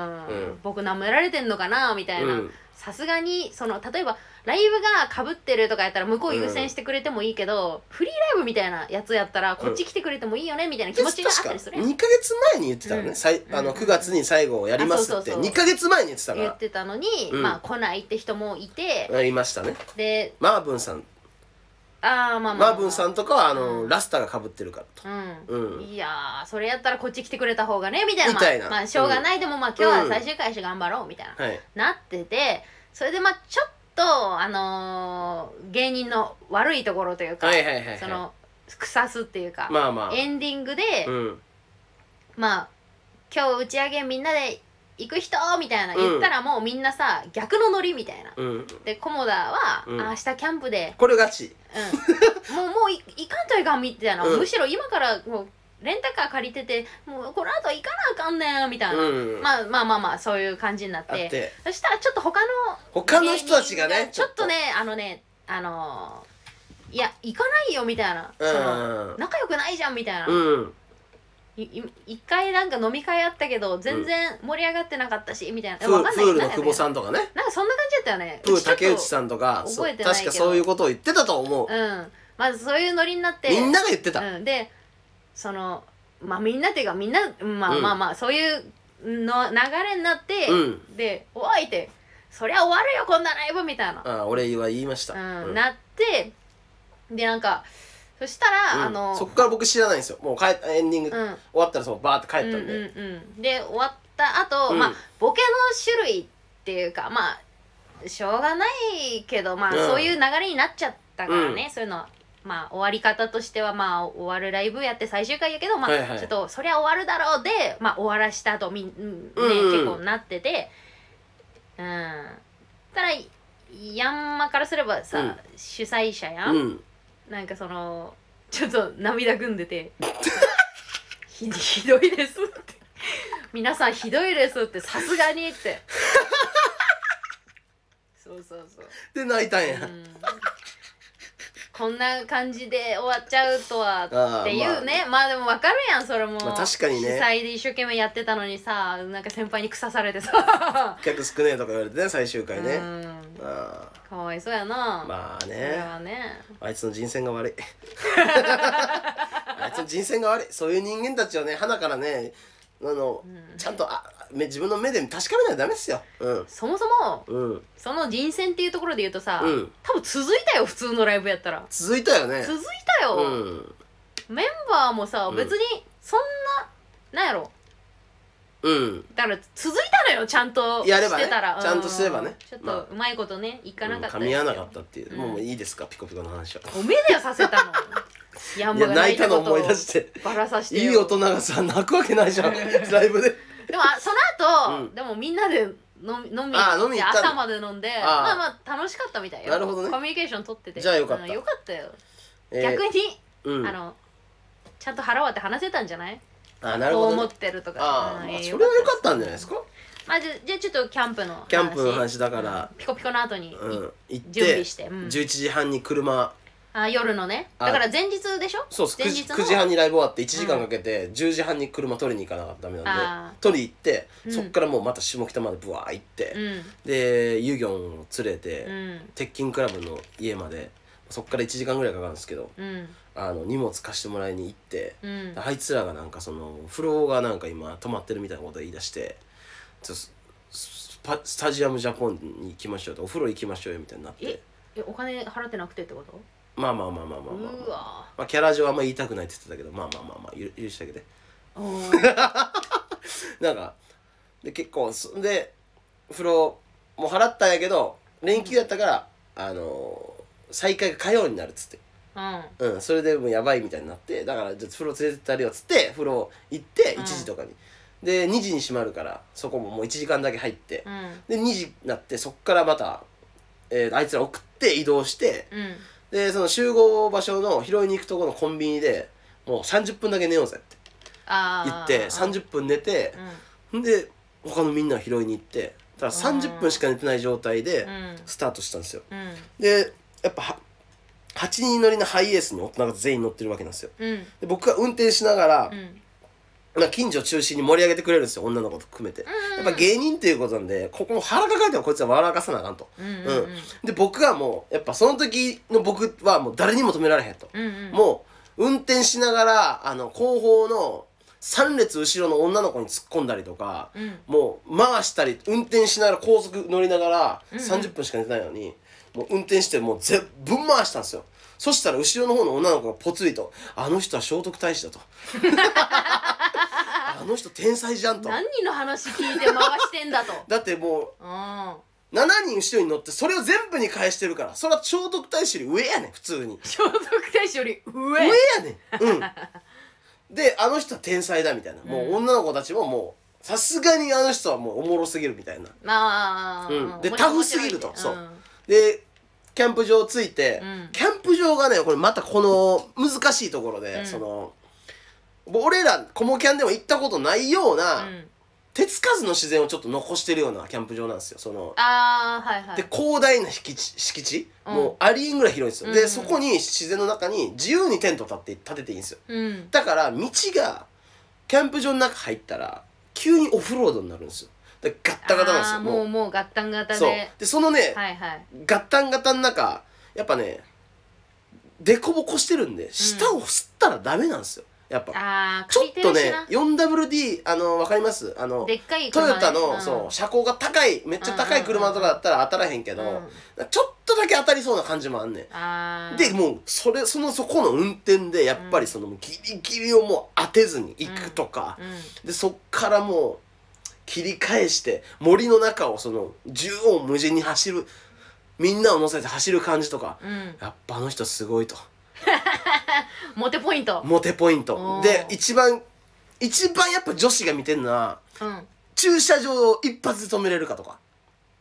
S2: ん、僕舐められてんのかなみたいな、
S1: うん
S2: さすがにその例えばライブがかぶってるとかやったら向こう優先してくれてもいいけど、フリーライブみたいなやつやったらこっち来てくれてもいいよねみたいな気持ちがあっ
S1: 確
S2: た
S1: か
S2: り
S1: に
S2: するやん
S1: 2ヶ月前に言ってたのね、
S2: うん
S1: さいあ
S2: う
S1: の
S2: ん
S1: 9月に最後をやります
S2: あそう
S1: っ
S2: そう
S1: て
S2: そう
S1: 2ヶ月前に言ってた
S2: 言っ
S1: か
S2: てたのに、
S1: うん
S2: まあ来ないって人もいて、
S1: らいましたね
S2: で
S1: マーブンさん
S2: ああまあまあ、ま
S1: マ
S2: あ、
S1: ーブンさんとかはあの、
S2: うん
S1: ラスターがかぶってるからと
S2: う、
S1: うんん
S2: いやーそれやったらこっち来てくれた方がねみたいな
S1: みたいな
S2: まあ、まあしょうがない、でもまあ今日は最終回し頑張ろうみたいな、
S1: はい
S2: なっててそれでまあちょっとあのー芸人の悪いところというか、
S1: はいはいはいはい
S2: その腐すっていうか、
S1: まあまあ
S2: エンディングで、
S1: うん
S2: まあ今日打ち上げみんなで行く人!」みたいな言ったらもうみんなさ逆のノリみたいな。
S1: うん
S2: で菰田は、
S1: うん
S2: あ明日キャンプで、
S1: これがち
S2: うん、もうもうい行かんといかんみたいな、
S1: うん
S2: むしろ今からもうレンタカー借りててもうこの後行かなあかんねんみたいな、
S1: うん
S2: まあまあまあまあそういう感じになっ
S1: あってて
S2: そしたらちょっと他の
S1: 他の人たちがね
S2: ちょっとねあのねあのーいや行かないよみたいな、
S1: うん
S2: その仲良くないじゃんみたいな、
S1: うん
S2: いい一回なんか飲み会あったけど全然盛り上がってなかったしみたいな、
S1: プ
S2: わ
S1: ー
S2: かん
S1: プ
S2: ない
S1: ール
S2: な
S1: の
S2: んか
S1: 久
S2: ね
S1: 保さんとかね
S2: なんかそんな感じだったよね
S1: プー
S2: ちょっと
S1: 竹内さんとかそう
S2: 覚えてないけ
S1: 確
S2: ど
S1: かそういうことを言ってたと思う
S2: うんまずそういうノリになって
S1: みんなが言ってた
S2: うん、でそのまあみんなっていうかみんなまあ
S1: うん
S2: まあまあ、そういうの流れになって、
S1: うん
S2: で「おい!」って「そりゃ終わるよこんなライブ」みたいな、
S1: ああ俺は言いました
S2: うん
S1: うん
S2: なってでなんかそしたら、
S1: うん
S2: あの
S1: そっから僕知らないんですよもう帰エンディング
S2: う
S1: 終
S2: ん
S1: わったらそうバーって帰ったん
S2: うん
S1: で
S2: うんうん、で終わった後、
S1: うん
S2: まあボケの種類っていうかまあしょうがないけどまあ、
S1: うん
S2: そういう流れになっちゃったからね、
S1: う
S2: そういうのは。まあ、終わり方としてはまあ終わるライブやって最終回やけどまあ、
S1: はいはい
S2: ちょっとそりゃ終わるだろうで、まあ、終わらした後みん、ね
S1: うんうん
S2: 結構なっててうんただヤンマからすればさ、
S1: うん
S2: 主催者や、
S1: うんん
S2: なんかそのちょっと涙ぐんでてひひどいですって皆さんひどいですってさすがにってそうそうそう、
S1: で泣いたん
S2: う
S1: や
S2: ん、こんな感じで終わっちゃうとは
S1: ああ
S2: っていうねまあでもわかるやんそれも、
S1: まあ確かにね
S2: 主催で一生懸命やってたのにさなんか先輩に腐されてさ
S1: まあ客少ねえとか言われてね最終回
S2: う
S1: ね
S2: ん
S1: あ
S2: かわいそうやな
S1: あまあ
S2: それ
S1: ね
S2: はね
S1: あいつの人選が 悪いあいつの人選が悪いそういう人間たちをね花からねあの
S2: ん
S1: ちゃんとあめ自分の目で確かめないとダメですようん
S2: そもそも
S1: うん
S2: その人選っていうところで言うとさ、
S1: うん
S2: 多分続いたよ普通のライブやったら
S1: 続いたよね
S2: 続いた
S1: う
S2: よ、
S1: ん
S2: メンバーもさ
S1: うん
S2: 別にそんな、なんやろ
S1: うん
S2: だから続いたのよちゃんと
S1: やればね
S2: してたら、
S1: ちゃんとすればね
S2: ちょっ
S1: ま
S2: とうまいことねいかなかった
S1: 噛み合わなかったっていう、
S2: うん
S1: もういいですかピコピコの話は
S2: おめでよさせたのヤン
S1: い
S2: マ
S1: や
S2: が
S1: 泣いたの
S2: ことを
S1: 思い出して
S2: バラさして
S1: い
S2: よ
S1: い大人がさ泣くわけないじゃ んライブで
S2: でもあその後、
S1: うん
S2: でもみんなで飲み飲み
S1: あ飲み行ったの
S2: 朝まで飲んで
S1: あ
S2: まあまあ楽しかったみたいよ
S1: なるほどね
S2: コミュニケーション取ってて
S1: じゃあよかった
S2: うんよかったよ、
S1: えー
S2: 逆に
S1: うん
S2: あのちゃんと腹割って話せたんじゃない
S1: あなる
S2: こう
S1: ほ
S2: 思
S1: ど、
S2: っ
S1: ね、
S2: てるとか
S1: あ
S2: う
S1: あ、ま
S2: ん
S1: あ
S2: ええ
S1: それは良かったんじゃないですか
S2: まあ、じゃあじゃあちょっとキャンプの話
S1: キャンプの話だから、
S2: ピコピコの後に、
S1: うん、行って
S2: 準備して、うん
S1: 11時半に車
S2: あ夜のね
S1: あ
S2: だから前日でしょ
S1: そうです
S2: 前
S1: 9,
S2: 日
S1: 時
S2: の
S1: 9時半にライブ終わって1時間かけて、10時半に車取りに行かなかったらダメなん
S2: あ
S1: で取り行って、
S2: うん
S1: そっからもうまた下北までブワー行って、
S2: うん
S1: でユギョンを連れて、
S2: うん
S1: 鉄筋クラブの家までそっから1時間ぐらいかかるんですけど
S2: うん
S1: あの荷物貸してもらいに行って、
S2: うん
S1: あいつらがなんかそのフローがなんか今止まってるみたいなこと言い出してちょススパスタジアムジャポンに行きましょうとお風呂行きましょうよみたいになって
S2: ええお金払ってなくてってこと
S1: まあまあまあまあまあまあ、まあ
S2: うわ
S1: まあ、キャラ上あんま言いたくないって言ってたけどまあまあまあまあゆ許してあげて
S2: お ー
S1: なんかで結構そんで風呂も払ったんやけど連休やったから、あのー再開が火曜になるっつって
S2: うん
S1: うん、それでもうやばいみたいになってだからじゃあ風呂連れてってあるよっつって風呂行って
S2: うん
S1: 1時とかに、で2時に閉まるからそこももう1時間だけ入って
S2: う、ん
S1: で2時になってそっからまた、えーあいつら送って移動して
S2: うん
S1: でその集合場所の拾いに行くとこのコンビニでもう30分だけ寝ようぜって
S2: あー
S1: 言って30分寝て
S2: うん
S1: んで他のみんな拾いに行ってただ30分しか寝てない状態で
S2: うん
S1: スタートしたんですよ
S2: うん
S1: でやっぱは8人乗りのハイエースに大人が全員乗ってるわけなんですよ
S2: うん
S1: で僕が運転しながら
S2: う、ん
S1: まあ近所中心に盛り上げてくれるんですよ女の子と含めて、やっぱ芸人っていうことなんでここも腹抱えてもこいつは笑かさなあかんと
S2: うんうんうん
S1: で僕はもうやっぱその時の僕はもう誰にも止められへんと、
S2: うんうん
S1: もう運転しながらあの後方の3列後ろの女の子に突っ込んだりとか、
S2: うん
S1: もう回したり運転しながら高速乗りながら
S2: うんうん
S1: 30分しか寝てないのに、もう運転してもう全部回したんですよそしたら後ろの方の女の子がぽつりと「あの人は聖徳太子 だ」と「あの人天才じゃん」と
S2: 何人の話聞いて回してん だと
S1: だっても
S2: うん
S1: う7人後ろに乗ってそれを全部に返してるからそれは聖徳太子より上やねん普通に
S2: 聖徳太子より上
S1: 上やねんうんであの人は天才だみたいなもう女の子たちももうさすがにあの人はもうおもろすぎるみたいな
S2: まあ、
S1: うんで
S2: 面白い
S1: タフすぎるとそうんでキャンプ場着いて、
S2: うん
S1: キャンプ場がねこれまたこの難しいところで、
S2: うん
S1: その俺らコモキャンでも行ったことないような、
S2: うん
S1: 手つかずの自然をちょっと残してるようなキャンプ場なんですよその
S2: ああはいはい
S1: で広大な敷地敷地、
S2: うん
S1: もうありえんぐらい広いんですよ、
S2: う
S1: で
S2: ん
S1: そこに自然の中に自由にテント立って立てていいんですよ
S2: うん
S1: だから道がキャンプ場の中入ったら急にオフロードになるんですよだからガッタガタ
S2: あ
S1: な
S2: ー
S1: んですよ
S2: もうもうガッタンガタ
S1: そう
S2: で
S1: でそのね、
S2: はいはい
S1: ガッタンガタンの中やっぱねでこぼこしてるんで下をすったらダメなんですよやっぱ
S2: ああ
S1: ちょっと
S2: 回転し
S1: ね
S2: な
S1: 4WD あのわかりますあの
S2: でっかい
S1: ト
S2: 車
S1: ヨ
S2: ね
S1: タの、
S2: ん
S1: そう車高が高いめっちゃ高い車とかだったら当たらへんけど、
S2: うん
S1: ちょっとだけ当たりそうな感じもあんねん
S2: あー
S1: でもうそれそのそこの運転でやっぱりそのギリギリをもう当てずに行くとか、
S2: う
S1: でそっからもう切り返して森の中をその縦横無尽に走るみんなを乗せて走る感じとか
S2: んうん
S1: やっぱあの人すごいと
S2: モテポイント
S1: モテポイント
S2: おー
S1: で一番一番やっぱ女子が見てるのは
S2: うん
S1: 駐車場を一発で止めれるかとか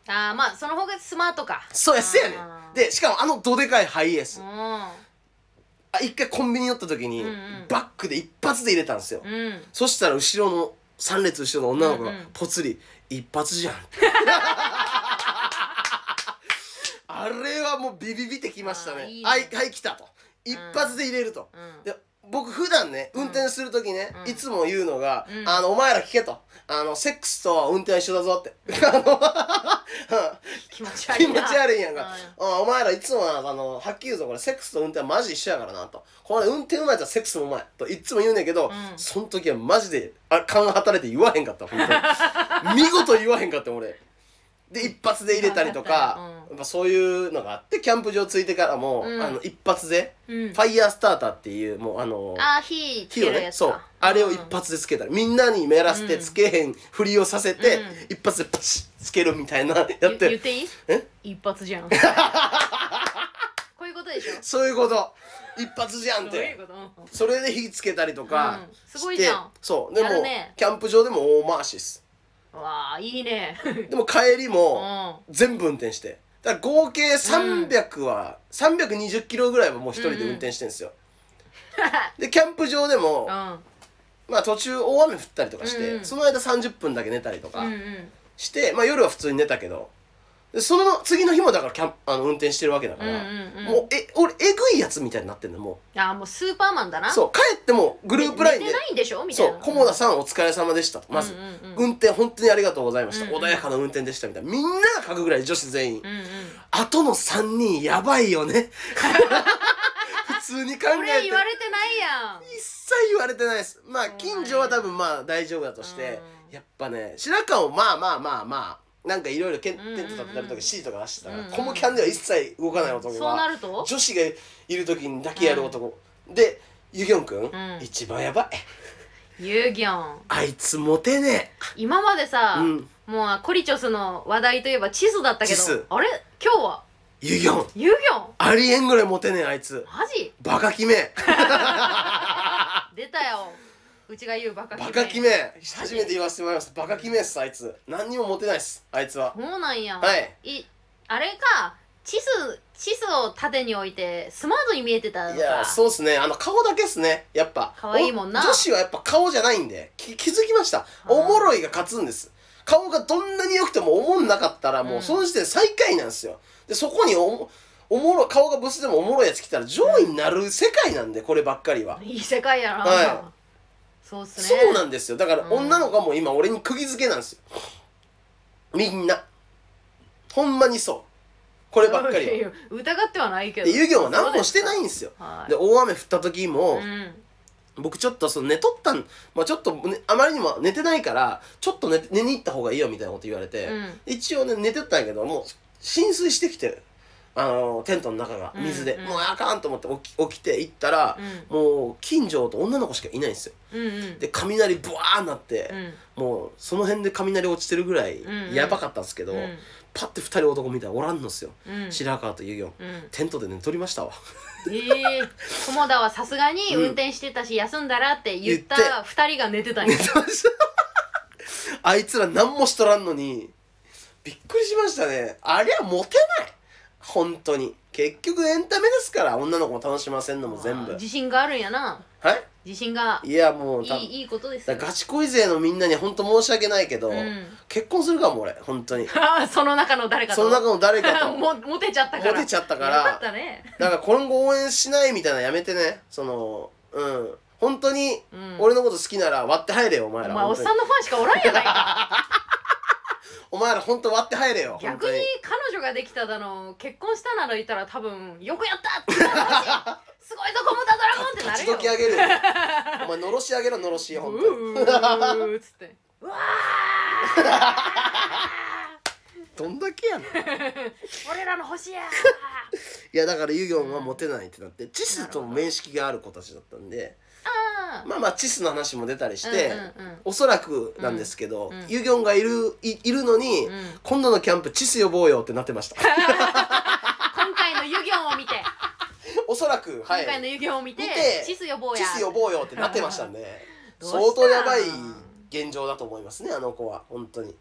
S2: ああまあその方がスマートか
S1: そうやせやね
S2: あ
S1: ん
S2: ー
S1: でしかもあのどでかいハイエー
S2: う
S1: ス
S2: ん
S1: あ一回コンビニ寄った時に
S2: うんうん
S1: バックで一発で入れたんですよ
S2: うん
S1: そしたら後ろの3列後ろの女の子が
S2: うんうん
S1: ぽつり「一発 じゃん」あれはもうビビビってきました
S2: あ
S1: ね
S2: ーいいね
S1: はいはい来たと一発で入れると、
S2: うん
S1: で僕普段ね運転する時ね、
S2: うん
S1: いつも言うのが、
S2: うん
S1: あの「お前ら聞け」と「あのセックスとは運転は一緒だぞ」ってあの
S2: 気持ち悪
S1: 気
S2: い
S1: 持
S2: な
S1: ち悪いやんか、あお前らいつもなあのはっきり言うぞこれセックスと運転はマジ一緒やからなとこれ運転うまいやつはセックスもうまいといっつも言うねんけど、
S2: うん
S1: その時はマジであ勘が働いて言わへんかった本 当に見事言わへんかった俺で一発で入れたりとか、
S2: う
S1: やっぱそういうのがあってキャンプ場着いてからも、
S2: うん
S1: あの一発で、
S2: う
S1: フ
S2: ん
S1: ァイヤースターターっていうもうあの
S2: ああ火つ
S1: 火
S2: け
S1: を
S2: る
S1: ね
S2: やつか
S1: そうあれを一発でつけたり、みんなにめらせて
S2: うん
S1: つけへんふりをさせて、
S2: うん
S1: 一発でパシッつけるみたいなやって
S2: 言言っていい
S1: え
S2: 一発じゃ んこういうことでしょ
S1: そういうこと一発じゃんっ
S2: そうい
S1: て
S2: うこと
S1: それで火つけたりとか
S2: うん
S1: して、
S2: すごいじゃん
S1: そうで
S2: や
S1: も、
S2: るね
S1: キャンプ場でも大回しです
S2: うんわあい いね
S1: でも帰り
S2: うん
S1: も全部運転してだから合計300は、320キロぐらいはもう一人で運転してんですよ、でキャンプ場でも、
S2: うん
S1: まあ途中大雨降ったりとかして、
S2: うん
S1: その間30分だけ寝たりとか
S2: うんうん
S1: して、まあ夜は普通に寝たけどでその次の日もだからキャンあの運転してるわけだか
S2: うん
S1: ら、
S2: うん
S1: もうえ俺えぐいやつみたいになってんのもう
S2: うんああもうスーパーマンだな
S1: そう帰ってもグループライン
S2: 寝
S1: で
S2: てないんでしょみたい
S1: そ
S2: な
S1: う菰田さんお疲れ様でしたとまず、
S2: うんうんうん
S1: 運転本当にありがとうございました、
S2: うんうん
S1: 穏やかな運転でしたみたいなみんなが書くぐらい女子全員、
S2: うんうん
S1: 後の3人やばいよ ね普通に考
S2: こ
S1: え
S2: れ
S1: て
S2: 言われてないやん
S1: 一切言われてないですまあ近所は多分まあ大丈夫だとして、
S2: うん
S1: やっぱね白川もまあまあまあまあなんかいろいろテント立ったり
S2: うん
S1: と
S2: うんう
S1: か
S2: ん
S1: C とか出してたか
S2: う
S1: ら、
S2: んうん
S1: コモキャンでは一切動かない男が
S2: そうなると
S1: 女子がいる時にだけやる男、でユギョン君、
S2: ん
S1: 一番やばい
S2: ユギョン
S1: あいつモテね
S2: 今までさ、
S1: うん
S2: もうコリチョスの話題といえば地図だったけ
S1: チス
S2: どあれ今日は
S1: えユギョン
S2: ユギョン
S1: ありえんぐらいモテねえあいつ
S2: マジ
S1: バカキメ
S2: 出たようちが言うバカ
S1: バカキメ初めて言わせてもらいましたバカキメっすあいつ何にもモテないっすあいつは
S2: そうなんや、
S1: はい
S2: あれか地図地図を縦に置いてスマートに見えてたのか
S1: いやそうっすねあの顔だけっすねやっぱ
S2: 可愛いもんな
S1: お女子はやっぱ顔じゃないんでき気づきました
S2: ー
S1: おもろいが勝つんです顔がどんなに良くてもおもんなかったらもううんその時点で最下位なんですよでそこにおもおもろい顔がブスでもおもろいやつ来たら上位になる世界なんでこればっかりはい
S2: い世界やな、
S1: は
S2: そうっすね
S1: そうなんですよだから
S2: うん
S1: 女の子はもう今俺に釘付けなんですよみんなほんまにそうこ
S2: こ
S1: ればっかりは
S2: 疑ってはないけど
S1: で遊戯王は何もしてないん
S2: で
S1: ですよ
S2: すかはい
S1: で大雨降った時も、
S2: うん
S1: 僕ちょっとその寝とったん、まあ、ちょっと、ね、あまりにも寝てないからちょっと寝て寝に行った方がいいよみたいなこと言われて、
S2: うん
S1: 一応ね寝てったんやけどもう浸水してきてあのテントの中が水で、
S2: うんうん
S1: もうあかんと思って起き起きて行ったら、
S2: う
S1: もう近所と女の子しかいないんですよ
S2: んうん
S1: で雷ブワーなって
S2: う、ん
S1: もうその辺で雷落ちてるぐらい
S2: んうん
S1: やばかったんですけど、
S2: うん
S1: パッて二人男見たらおらんのっすよ、
S2: うん
S1: 白川と遊戯王
S2: うん
S1: テントで寝とりましたわ
S2: ええ友田はさすがに運転してたし休んだらって言
S1: 言
S2: っ
S1: って
S2: た二人が寝てたんや
S1: 寝てましたあいつら何もしとらんのにびっくりしましたねありゃモテない本当に結局エンタメですから女の子も楽しませんのも全部
S2: 自信があるんやな
S1: はい
S2: 自信が
S1: いやもう
S2: い
S1: た
S2: いいいことです
S1: だ
S2: よ
S1: ガチ恋勢のみんなに本当申し訳ないけど、
S2: うん
S1: 結婚するかも俺本当に
S2: その中の誰かと
S1: その中の誰か と
S2: もモテちゃったから
S1: モテちゃったから
S2: よかったね
S1: だから今後応援しないみたいなのやめてねそのうん本当に
S2: うん
S1: 俺のこと好きなら割って入れよお前
S2: お
S1: ら
S2: 前お
S1: 本
S2: っ
S1: 当に
S2: さんのファンしかおらんやないか
S1: お前ら本当割って入れよ 本
S2: 逆
S1: 当
S2: に
S1: に
S2: 彼女ができただの結婚したならいたら多分よくやったってなる しすごいぞコムタドラゴンってな
S1: 立
S2: る
S1: ち
S2: よ
S1: どき上 げるよお前のろし上げろのろし本当に
S2: うーうーっつってうわ
S1: どんだけやねん
S2: ー俺らの星やー
S1: いやだからユギョンはモテないってなってチスとも面識がある子たちだったんで
S2: あー
S1: まあまあチスの話も出たり して、
S2: うんうん
S1: おそらくなんですけど、
S2: うんうん
S1: ユギョンがいるいいるのに、
S2: うんうん
S1: 今度のキャンプチス呼ぼうよってなってま した
S2: 今回のユギョンを見て、
S1: おそらくはい
S2: 今回のユギョンを見て
S1: 見て
S2: チス予防や
S1: チス呼ぼうよってなってましたんで
S2: どうした
S1: 相当やばい現状だと思いますねあの子は本当に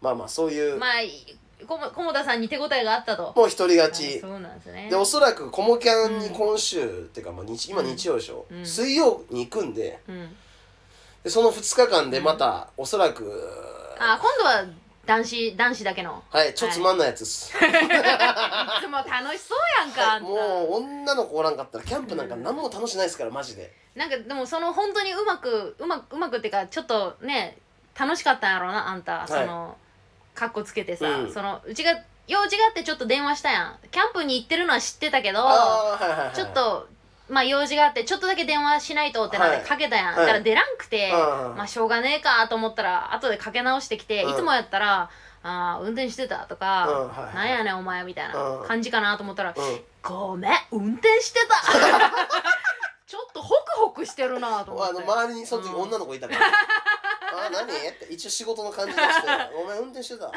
S1: まあまあそういう、
S2: まあいこも菰田さんに手応えがあったと
S1: もう独り勝
S2: あ
S1: ち
S2: そうなんですね
S1: でおそらくコモキャンに今週、っていうかまあ日今日曜でしょ、
S2: うん
S1: 水曜に行くんで
S2: うん、
S1: でその2日間でまた、おそらく
S2: あ今度は男子男子だけの
S1: はいちょっとつまんないやつっす、
S2: いつも楽しそうやんかあんた
S1: もう女の子おらんかったらキャンプなんか何も楽しないですからマジで
S2: なんかでもその本当にうまくうまくうまくっていうかちょっとね楽しかったんやろうなあんた、
S1: い
S2: そのかっこつけてさ、
S1: うん
S2: そのうちが用事があってちょっと電話したやんキャンプに行ってるのは知ってたけど
S1: ああはいはいはい
S2: ちょっとまあ用事があってちょっとだけ電話しないとってなっ
S1: はい
S2: てかけたやん、
S1: はい
S2: だから出らんくて、
S1: うん
S2: まあしょうがねえかと思ったら後でかけ直してきて、
S1: うん
S2: いつもやったら「あー運転してた」と
S1: うん
S2: か
S1: はいはい
S2: 「なんやねんお前」みたいな
S1: うん
S2: 感じかなと思ったら
S1: うん
S2: 「ごめん運転して た」ちょっとホクホクしてるなと思っ
S1: あ
S2: て
S1: の周りにその時
S2: うん
S1: 女の子いた から「あ何?」って一応仕事の感じでして「お前運転して た」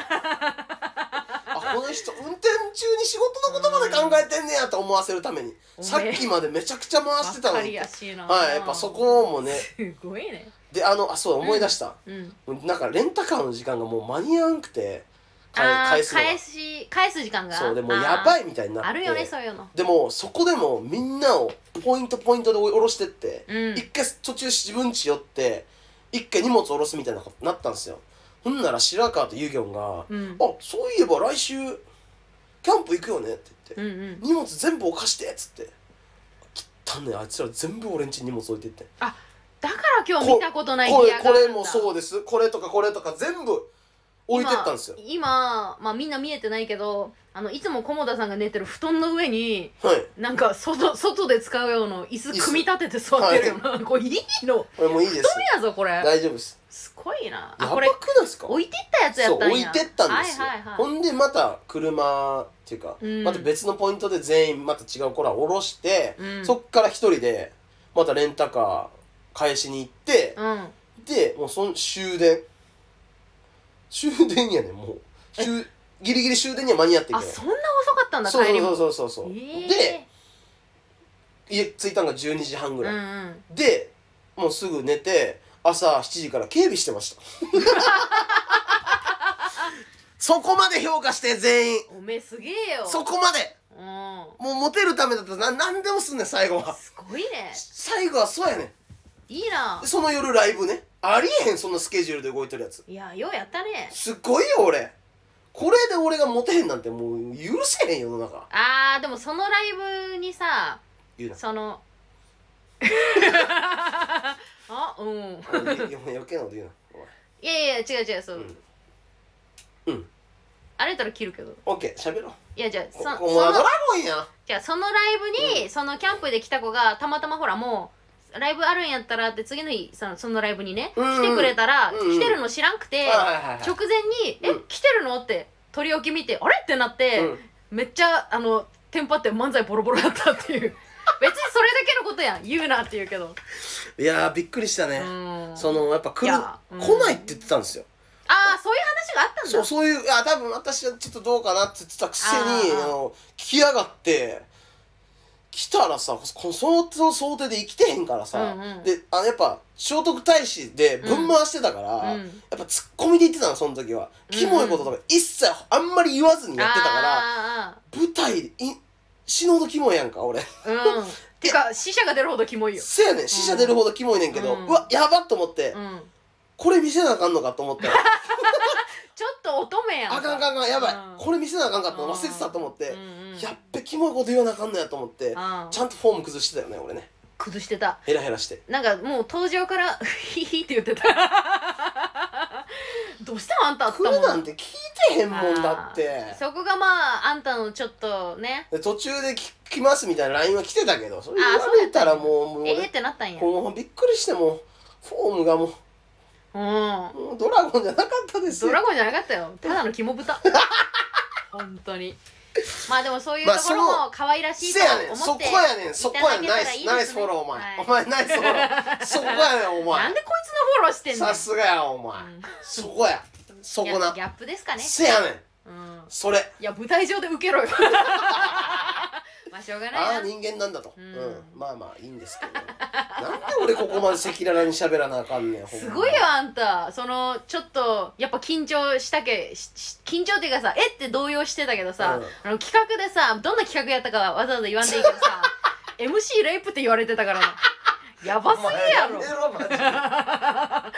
S1: あこの人運転中に仕事のことまで考えてんねやと思わせるために
S2: おめえ
S1: さっきまでめちゃくちゃ回してた
S2: わ
S1: の
S2: かり
S1: に
S2: やしいな
S1: はいやっぱそこもね
S2: すごいね
S1: であのあそう思い出した、
S2: うん
S1: なんかレンタカーの時間がもう間に合わんくてか
S2: あ
S1: 返
S2: ー
S1: すのが
S2: 返し返す時間が
S1: そうでもうやば
S2: い
S1: いみたいになって
S2: あるよねそういうの
S1: でもそこでもみんなをポイントポイントで下ろしてって、
S2: うん
S1: 一回途中自分家寄って一回荷物下ろすみたいなことになったんですよほんなら白川とユギョンが「
S2: うん
S1: あそういえば来週キャンプ行くよね」って言って、
S2: うんうん
S1: 荷物全部お貸して」っつって「汚ねあいつら全部俺んちに荷物置いてって
S2: だから今日見たことない
S1: こ
S2: リ
S1: れ
S2: ア
S1: これも
S2: う
S1: そうですこれとかこれとか全部置いてったんですよ
S2: 今今まあみんな見えてないけどあのいつも菰田さんが寝てる布団の上に
S1: はい
S2: なんか外外で使うような椅子組み立てて座ってるよな、これいいの
S1: これもういいです
S2: 布団やぞこれ
S1: 大丈夫です
S2: すごいな
S1: や
S2: あ
S1: ばく
S2: こ
S1: ない
S2: れ
S1: ですか
S2: 置いてったやつや
S1: そう
S2: ったん
S1: 置い
S2: や
S1: てったんですよ、
S2: はいはい
S1: ほ
S2: はい
S1: んでまた車っていうか、
S2: うん
S1: また別のポイントで全員また違う子ら降ろして、
S2: うん
S1: そっから一人でまたレンタカー返しに行って、
S2: うん
S1: でもうその終電終電やねんもう終ギリギリ終電には間に合ってい
S2: あ
S1: けない
S2: そんな遅かったんだ
S1: そう
S2: 帰りも
S1: そうそうそうそう、
S2: えー
S1: で家着いたのが12時半ぐ
S2: うん
S1: らい、
S2: うん
S1: でもうすぐ寝て朝7時から警備してま したそこまで評価して全員
S2: おめえすげえよ
S1: そこまで
S2: うん
S1: もうモテるためだったらな何でもすんねん最後は
S2: すごいね
S1: 最後はそうやね
S2: いいなん
S1: その夜ライブねありえへんそんなスケジュールで動いてるやつ
S2: いやようやったね
S1: すごいよ俺これで俺がモテへんなんてもう許せへん世の 中
S2: あーでもそのライブにさ
S1: 言うな
S2: そのあうん
S1: あのいやいや余計なこと言うなお前
S2: いやいや違う違うそう、
S1: うんうん
S2: あれやったら切るけど
S1: オッケー喋ろう
S2: いやじゃあそ
S1: ここも
S2: そ
S1: ドラ
S2: の
S1: ゴンやな
S2: じゃあそのライブに、そのキャンプで来た子がたまたまほらもうライブあるんやったらって次の日そのそのライブにね、
S1: うんうん
S2: 来てくれたら、
S1: うんうん
S2: 来てるの知らんく
S1: は
S2: て、
S1: いはいはい
S2: 直前に「
S1: うん
S2: え来てるの?」って取り置き見て「あれ?」ってなって、
S1: うん
S2: めっちゃあのテンパって漫才ボロボロだったっていう別にそれだけのことやん言うなって言うけど
S1: いやーびっくりしたね、
S2: うん
S1: そのやっぱ来
S2: い
S1: る
S2: やうん
S1: 来ないって言ってたんですよ、
S2: ああそういう話があったんだ
S1: そうそういうあ多分私はちょっとどうかなって言ってたくせに
S2: あー
S1: あの来やがって来たらさこその想定で生きてへんからさ、
S2: うんうん
S1: であのやっぱ聖徳太子でぶん回してたから、
S2: うん
S1: やっぱツッコミで言ってたのその時は、
S2: うん
S1: キモいこととか一切あんまり言わずにやってたから
S2: あ
S1: 舞台でい死ぬほどキモいやんか俺
S2: ーあーうんてか死者が出るほどキモいよ
S1: せやねん死者出るほどキモいねんけど、
S2: う
S1: うんわやばっと思って、
S2: うん
S1: これ見せなあかんのかと思ったら
S2: ちょっと乙女やん
S1: あかんあかんあかんやばい、
S2: うん
S1: これ見せなあかんかったの忘れてたと思って
S2: う、んうん
S1: やっべキモいこと言わなあかんのやと思って、
S2: あ
S1: ちゃんとフォーム崩してたよね俺ね
S2: 崩してた
S1: ヘラヘラして
S2: なんかもう登場から「 ヒヒ」って言ってた どうしたのあんたあった
S1: 来
S2: も
S1: る
S2: ん
S1: なんて聞いてへんもんだって
S2: そこがまああんたのちょっとね
S1: で途中でき来ますみたいな LINE は来てたけどそれ
S2: あ
S1: 言わ
S2: そうや
S1: れ
S2: った
S1: た
S2: んや
S1: らもうもう,、
S2: ええってなったんや
S1: もうびっくりしてもうフォームがも
S2: うん
S1: うもうドラゴンじゃなかったです
S2: ド
S1: よ
S2: ラゴンじゃなかったよただの 肝豚本当にまあでもそういうと
S1: まあ
S2: こ
S1: そ
S2: ろ
S1: の
S2: も可愛らしい
S1: せやねん
S2: と
S1: そ
S2: 思っ
S1: こ
S2: て、
S1: やねんそこやねん
S2: いただ
S1: ナイ
S2: けたらいいです
S1: ス
S2: ね
S1: ナイスフォローお前、
S2: はい
S1: お前ナイスフ ォローそこやねんお
S2: な
S1: 前
S2: んでこいつのフォローしてんの
S1: さすがやお前、
S2: うん
S1: そこやそこ
S2: ギャ
S1: な
S2: ギャップですかね、
S1: せやねん
S2: うん、
S1: それ
S2: いや舞台上で受けろよ まあしょうが
S1: あ
S2: な
S1: あ
S2: いな
S1: 人間なんだと、
S2: う
S1: うんんまあまあいいんですけど なんで俺ここまで赤裸々に喋らなあかんねんほんます
S2: ごいよあんたそのちょっとやっぱ緊張したけしし緊張っていうかさえって動揺してたけどさ、
S1: うん
S2: あの企画でさどんな企画やったかはわざわざ言わんでいいけ どさ MC レイプって言われてたからなやばすぎやろ
S1: お前やめろマジで
S2: そんなや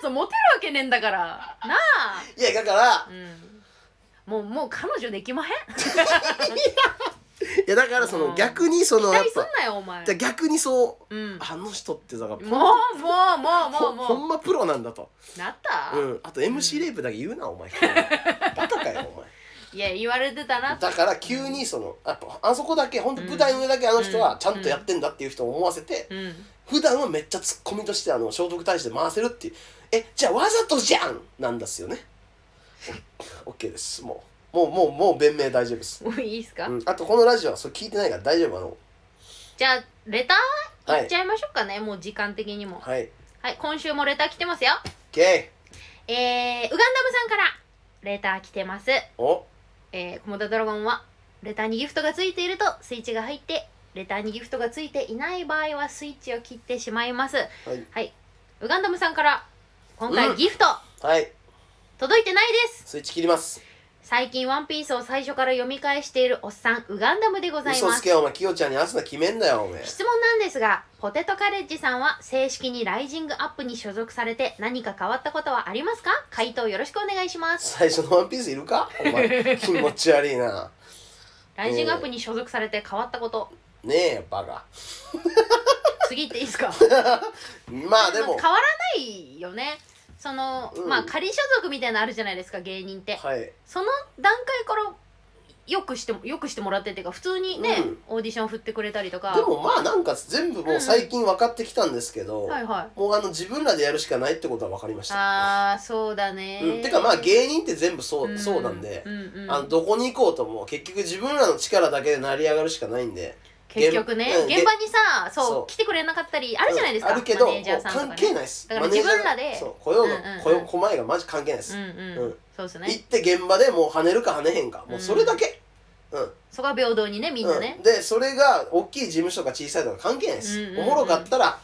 S2: つモテるわけねえんだからなあ、
S1: いやだから
S2: うん、もうもう彼女できまへん
S1: いやだからそ
S2: うん
S1: の逆にそ
S2: 期
S1: のやっ
S2: 待すん
S1: ぱ
S2: なよお前
S1: じゃあ逆にそう
S2: うん
S1: あの人ってだから
S2: もうもうもうも
S1: ほ
S2: うも
S1: ほんまプロなんだと、
S2: うなった、
S1: うん、あと MC レイプだけ言うなお前バカかよお前
S2: いや言われてたな
S1: だから急にそのやっぱあそこだけ本当舞台の上だけあの人
S2: う
S1: は
S2: ん
S1: ちゃんとやってんだっていう人を思わせて
S2: うん
S1: 普段はめっちゃツッコミとしてあの聖徳太子で回せるっていうえじゃあわざとじゃんなんですよね OK ですもうもうもうもう弁明大丈夫です、
S2: もういいっすか、
S1: うん、あとこのラジオはそれ聞いてないから大丈夫あの
S2: じゃあレター
S1: はい
S2: いっちゃいましょうかね、もう時間的にも
S1: はい
S2: はい今週もレター来てますよ
S1: OK
S2: えー、ウガンダムさんからレター来てます
S1: お
S2: えー、コモダドラゴンはレターにギフトがついているとスイッチが入ってレターにギフトがついていない場合はスイッチを切ってしまいます
S1: はい
S2: はいウガンダムさんから今
S1: う
S2: 回
S1: ん
S2: ギフト、
S1: はい
S2: 届いてないです
S1: スイッチ切ります
S2: 最近ワンピースを最初から読み返しているおっさんウガンダムでござい
S1: 嘘
S2: ま
S1: つ
S2: す
S1: けよお前キヨちゃんに明日の決めんだよお 前
S2: 質問なんですがポテトカレッジさんは正式にライジングアップに所属されて何か変わったことはありますか回答よろしくお願い します
S1: 最初のワンピースいるかお 前気持ち悪いな
S2: ライジングアップに所属されて変わったこと
S1: ねえバカ
S2: 次行っていいですか
S1: まあでも
S2: 変わらないよねその、
S1: うん
S2: まあ仮所属みたいなのあるじゃないですか芸人って
S1: はい
S2: その段階からよくしてもよくしてもらってっていうか普通にね、
S1: うん
S2: オーディション振ってくれたりとか
S1: でもまあなんか全部もう最近分かってきたんですけど、
S2: はいはい
S1: もうあの自分らでやるしかないってことは分かりました、
S2: ああそうだね、
S1: うん、てかまあ芸人って全部そう,、そうなんで
S2: う、んうん
S1: あのどこに行こうとも結局自分らの力だけで成り上がるしかないんで
S2: 結局ね、
S1: うん
S2: 現場にさそう
S1: そう
S2: 来てくれなかったりあるじゃないですか、
S1: うんあるけど
S2: マネージャーさんとか、ね、
S1: 関係ないです
S2: だから
S1: マネージャー
S2: 自分らで
S1: そう雇用の、
S2: うんうんうん
S1: 雇用雇前がマジ関係ないです、
S2: うんうん、
S1: うん
S2: そうです
S1: 行
S2: ね
S1: って現場でもう跳ねるか跳ねへんかもうそれだけ、うん
S2: そこは平等にねみんなね
S1: うん、、でそれが大きい事務所か小さいとか関係ないです、
S2: うんうんうん
S1: おもろかったら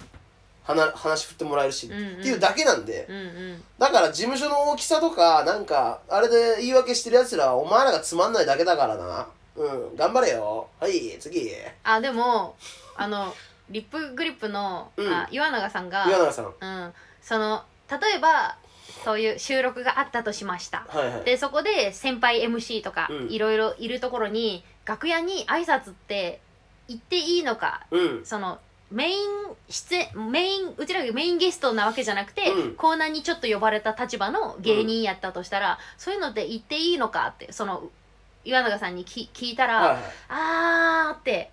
S1: 話話振ってもらえるし、
S2: うんうん
S1: っていうだけなんで、
S2: うん、うん
S1: だから事務所の大きさとかなんかあれで言い訳してるやつらはお前らがつまんないだけだからなうん頑張れよはい次
S2: あでもあのリップグリップの、
S1: うん
S2: あ岩永さんが
S1: 岩永さん
S2: うん、その例えばそういう収録があったとしました
S1: はいはい
S2: でそこで先輩 MC とか
S1: うん
S2: いろいろいるところに楽屋に挨拶って言っていいのか
S1: うん
S2: そのメイン出演メインうちらがメインゲストなわけじゃなくて、
S1: うん
S2: コーナーにちょっと呼ばれた立場の芸人やったとしたら、そういうのって言っていいのかってその岩永さんにき聞いたら、
S1: はいはい
S2: あーって、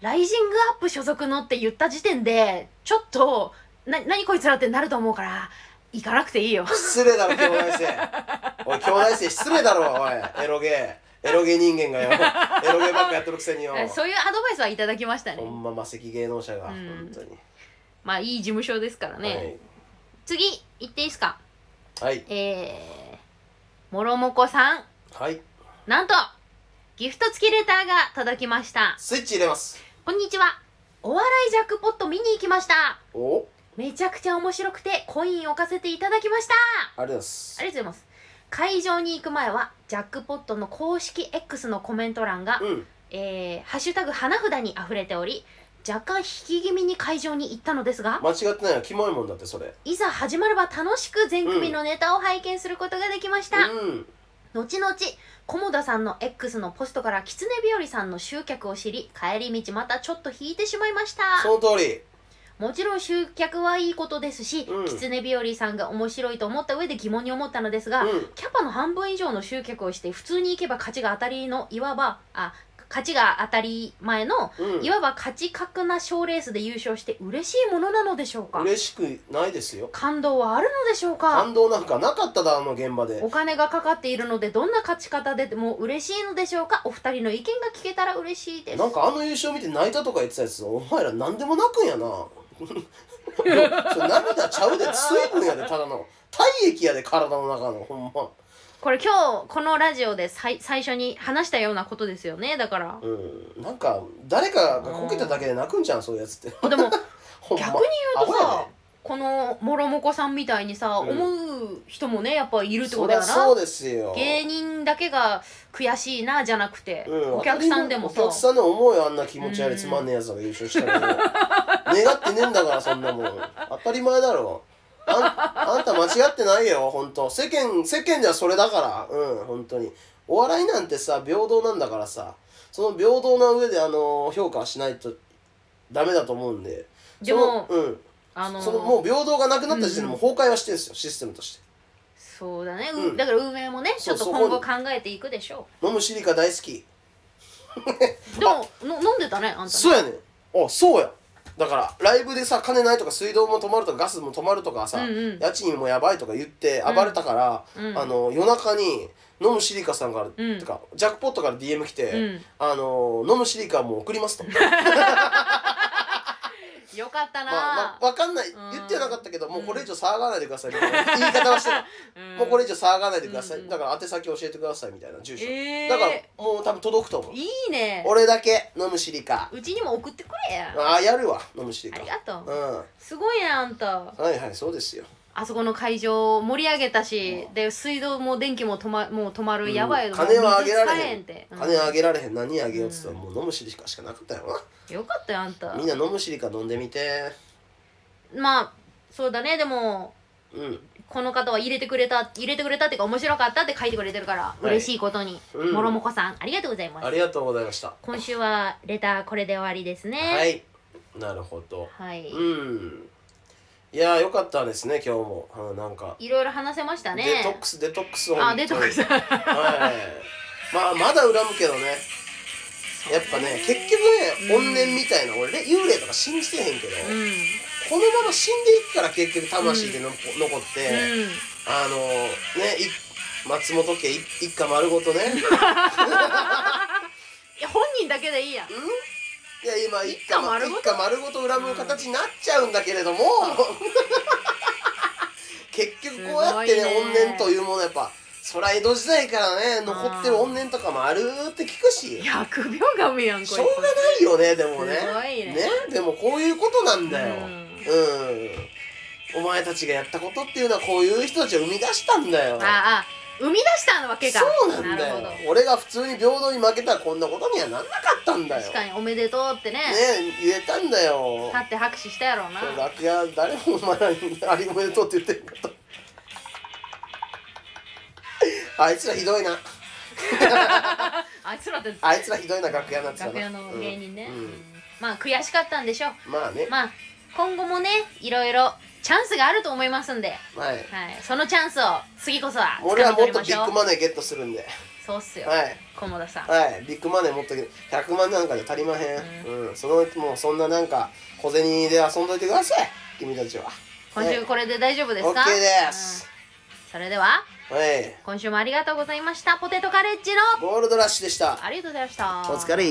S2: ライジングアップ所属のって言った時点で、ちょっと、な、何こいつらってなると思うから、行かなくていいよ。
S1: 失礼だろ兄弟生 おい兄弟生失礼だろおいエロゲーエロゲー人間がよ エロゲーばっかやってるくせによ
S2: そういうアドバイスはいただきましたね
S1: ほ。んま魔石芸能者が、
S2: うん
S1: 本当に
S2: まあ、いい事務所ですからね。次、行っていいですか
S1: はいはい
S2: えー、もろもこさん、
S1: はい
S2: なんと、ギフト付きレターが届きました。
S1: スイッチ入れます
S2: こんにちはお笑いジャックポット見に行きました
S1: お
S2: めちゃくちゃ面白くてコイン置かせていただきました
S1: ありがとうございます
S2: ありがとうございます会場に行く前はジャックポットの公式 X のコメント欄が
S1: うん
S2: えーハッシュタグ花札に溢れており若干引き気味に会場に行ったのですが
S1: 間違ってないよキモいもんだってそれ
S2: いざ始まれば楽しく全組のネタを拝見することができました、
S1: うん
S2: 後々菰田さんの X のポストから狐日和さんの集客を知り帰り道またちょっと引いてしまいました
S1: その通り
S2: もちろん集客はいいことですし、
S1: うん
S2: 狐日和さんが面白いと思った上で疑問に思ったのですが、
S1: うん
S2: キャパの半分以上の集客をして普通に行けば勝ちが当たりのいわばあ勝ちが当たり前の
S1: うん
S2: いわば勝ち確な賞レースで優勝して嬉しいものなのでしょうか
S1: 嬉しくないですよ
S2: 感動はあるのでしょうか
S1: 感動なんかなかっただあの現場で
S2: お金がかかっているのでどんな勝ち方でも嬉しいのでしょうかお二人の意見が聞けたら嬉しいです
S1: なんかあの優勝見て泣いたとか言ってたやつお前ら何でも泣くんやな それ涙ちゃうで水分やでただの体液やで体の中のほんま
S2: これ今日このラジオで最最初に話したようなことですよねだから
S1: うんなんか誰かがこけただけで泣くんじゃんそういうやつって
S2: でも
S1: ほんま
S2: 逆に言うと
S1: アホや
S2: さ
S1: で
S2: このもろもこさんみたいにさ、
S1: うん
S2: 思う人もねやっぱいるってこ
S1: そ
S2: と
S1: り
S2: だ
S1: ゃ
S2: な
S1: そうですよ
S2: 芸人だけが悔しいなじゃなくて、
S1: うん
S2: お客さんでもさ
S1: お客さんでも思うよあんな気持ち悪いつまんねえやつが優勝したらもう 願ってねえんだからそんなもん当たり前だろあんあんた間違ってないよ本当世間世間ではそれだからうん本当にお笑いなんてさ平等なんだからさその平等な上であの評価はしないとダメだと思うんで
S2: でも
S1: そのうん
S2: あのー
S1: そのもう平等がなくなった時点でもう崩壊はしてるんですよシステムとして
S2: そうだね、う
S1: うん
S2: だから運営もねち
S1: そ
S2: ょ
S1: う
S2: っと
S1: そ
S2: 今
S1: こに
S2: 後考えていくでしょ
S1: 飲むシリカ大好き
S2: うでもの飲んでたねあんた
S1: そうやねんあそうやだからライブでさ金ないとか水道も止まるとかガスも止まるとかさ、
S2: うんうん
S1: 家賃もやばいとか言って暴れたから、
S2: うん
S1: あの夜中に飲むシリカさんから、
S2: うん
S1: てかジャックポットから DM 来て、
S2: うん
S1: あの飲むシリカもう送り ますと
S2: よかったな、
S1: まあ、まわかんない
S2: うん
S1: 言ってはなかったけど、もうこれ以上騒がないでくださいみたいな言い方はしてた、
S2: うん
S1: もうこれ以上騒がないでください、
S2: うん
S1: だから宛先教えてくださいみたいな住所、
S2: えー
S1: だからもう多分届くと思う
S2: いいね
S1: 俺だけ飲むシリカ
S2: うちにも送ってくれや
S1: ああやるわ飲むシリ
S2: あ
S1: カ
S2: りがとう
S1: うん
S2: すごいねあんた
S1: はいはいそうですよ
S2: あそこの会場を盛り上げたしで水道も電気も止まもう止まる、
S1: うん
S2: やばいよ
S1: 金はあげられへん
S2: 水使えって、うん
S1: 金あげられへん何あげようっつったらもう飲むシリカしかなかったよ
S2: よかったよあんた
S1: なみんな飲むシリカ飲んでみて
S2: まあそうだねでも
S1: うん
S2: この方は入れてくれた入れてくれたっていうか面白かったって書いてくれてるから、
S1: い
S2: 嬉しいことに、
S1: うん
S2: もろもこさんありがとうございます
S1: ありがとうございました
S2: 今週はレターこれで終わりですね
S1: はいなるほど
S2: はい、い
S1: うんいやーよかったですね今日もうんなんか
S2: ろいろ話せましたね
S1: デトックスデトックス
S2: あ
S1: 本当に
S2: デトックス
S1: はいまあまだ恨むけどねやっぱね結局ね怨念みたいな俺ね幽霊とか信じてへんけど、
S2: うん、うん
S1: このまま死んでいくから結局魂での、残って、あのねい松本家い一家丸ご とね
S2: いや本人だけでいいや
S1: いや今一
S2: 一
S1: 家
S2: 家
S1: 丸ごと
S2: 丸ごと
S1: 一家丸ごと恨む形になっちゃうんだけれ ども、結局こうやってね
S2: すごいね
S1: 怨念というものやっぱ空江戸時代からね残ってる怨念とかもあるって聞くし
S2: いや悪病神やんこ
S1: し
S2: れ
S1: ょうがないよねでもね
S2: すごいね
S1: でもこういうことなんだよ
S2: う
S1: うん、お前たちがやったことっていうのはこういう人たちを生み出したんだよ
S2: ああ生み出したわけか
S1: そうなんだよ
S2: るほ
S1: 俺が普通に平等に負けたらこんなことにはなんなかったん
S2: ど
S1: だよ
S2: 確かにおめでとうってね
S1: ね言えたんだよ
S2: 立って拍手したやろうな
S1: 楽屋誰もお前らに「ありおめでとう」って言ってるかと あいつらひどいな
S2: あいつらって
S1: あいつらひどいな楽屋なんつうの
S2: 楽屋の芸人ね、
S1: うん
S2: うんまあ悔しかったんでしょう
S1: うんまあね、
S2: まあ今後もねいろいろチャンスがあると思いますんで、
S1: はい
S2: はい、そのチャンスを次こそは掴
S1: 俺は
S2: み取
S1: もっ
S2: り
S1: とビ
S2: ましょ
S1: ッ
S2: う
S1: グマネーゲットするんで
S2: そうっすよ
S1: はい
S2: 菰田さん
S1: はいビッグマネーもっと100万なんかで足りまへん、うんそのもうそんななんか小銭で遊んどいてください君たちは
S2: 今週これで大丈夫ですか、
S1: OK です、
S2: うんそれでは
S1: はい
S2: 今週もありがとうございましたポテトカレッジの
S1: ゴールドラッシュでした
S2: ありがとうございました
S1: お疲れ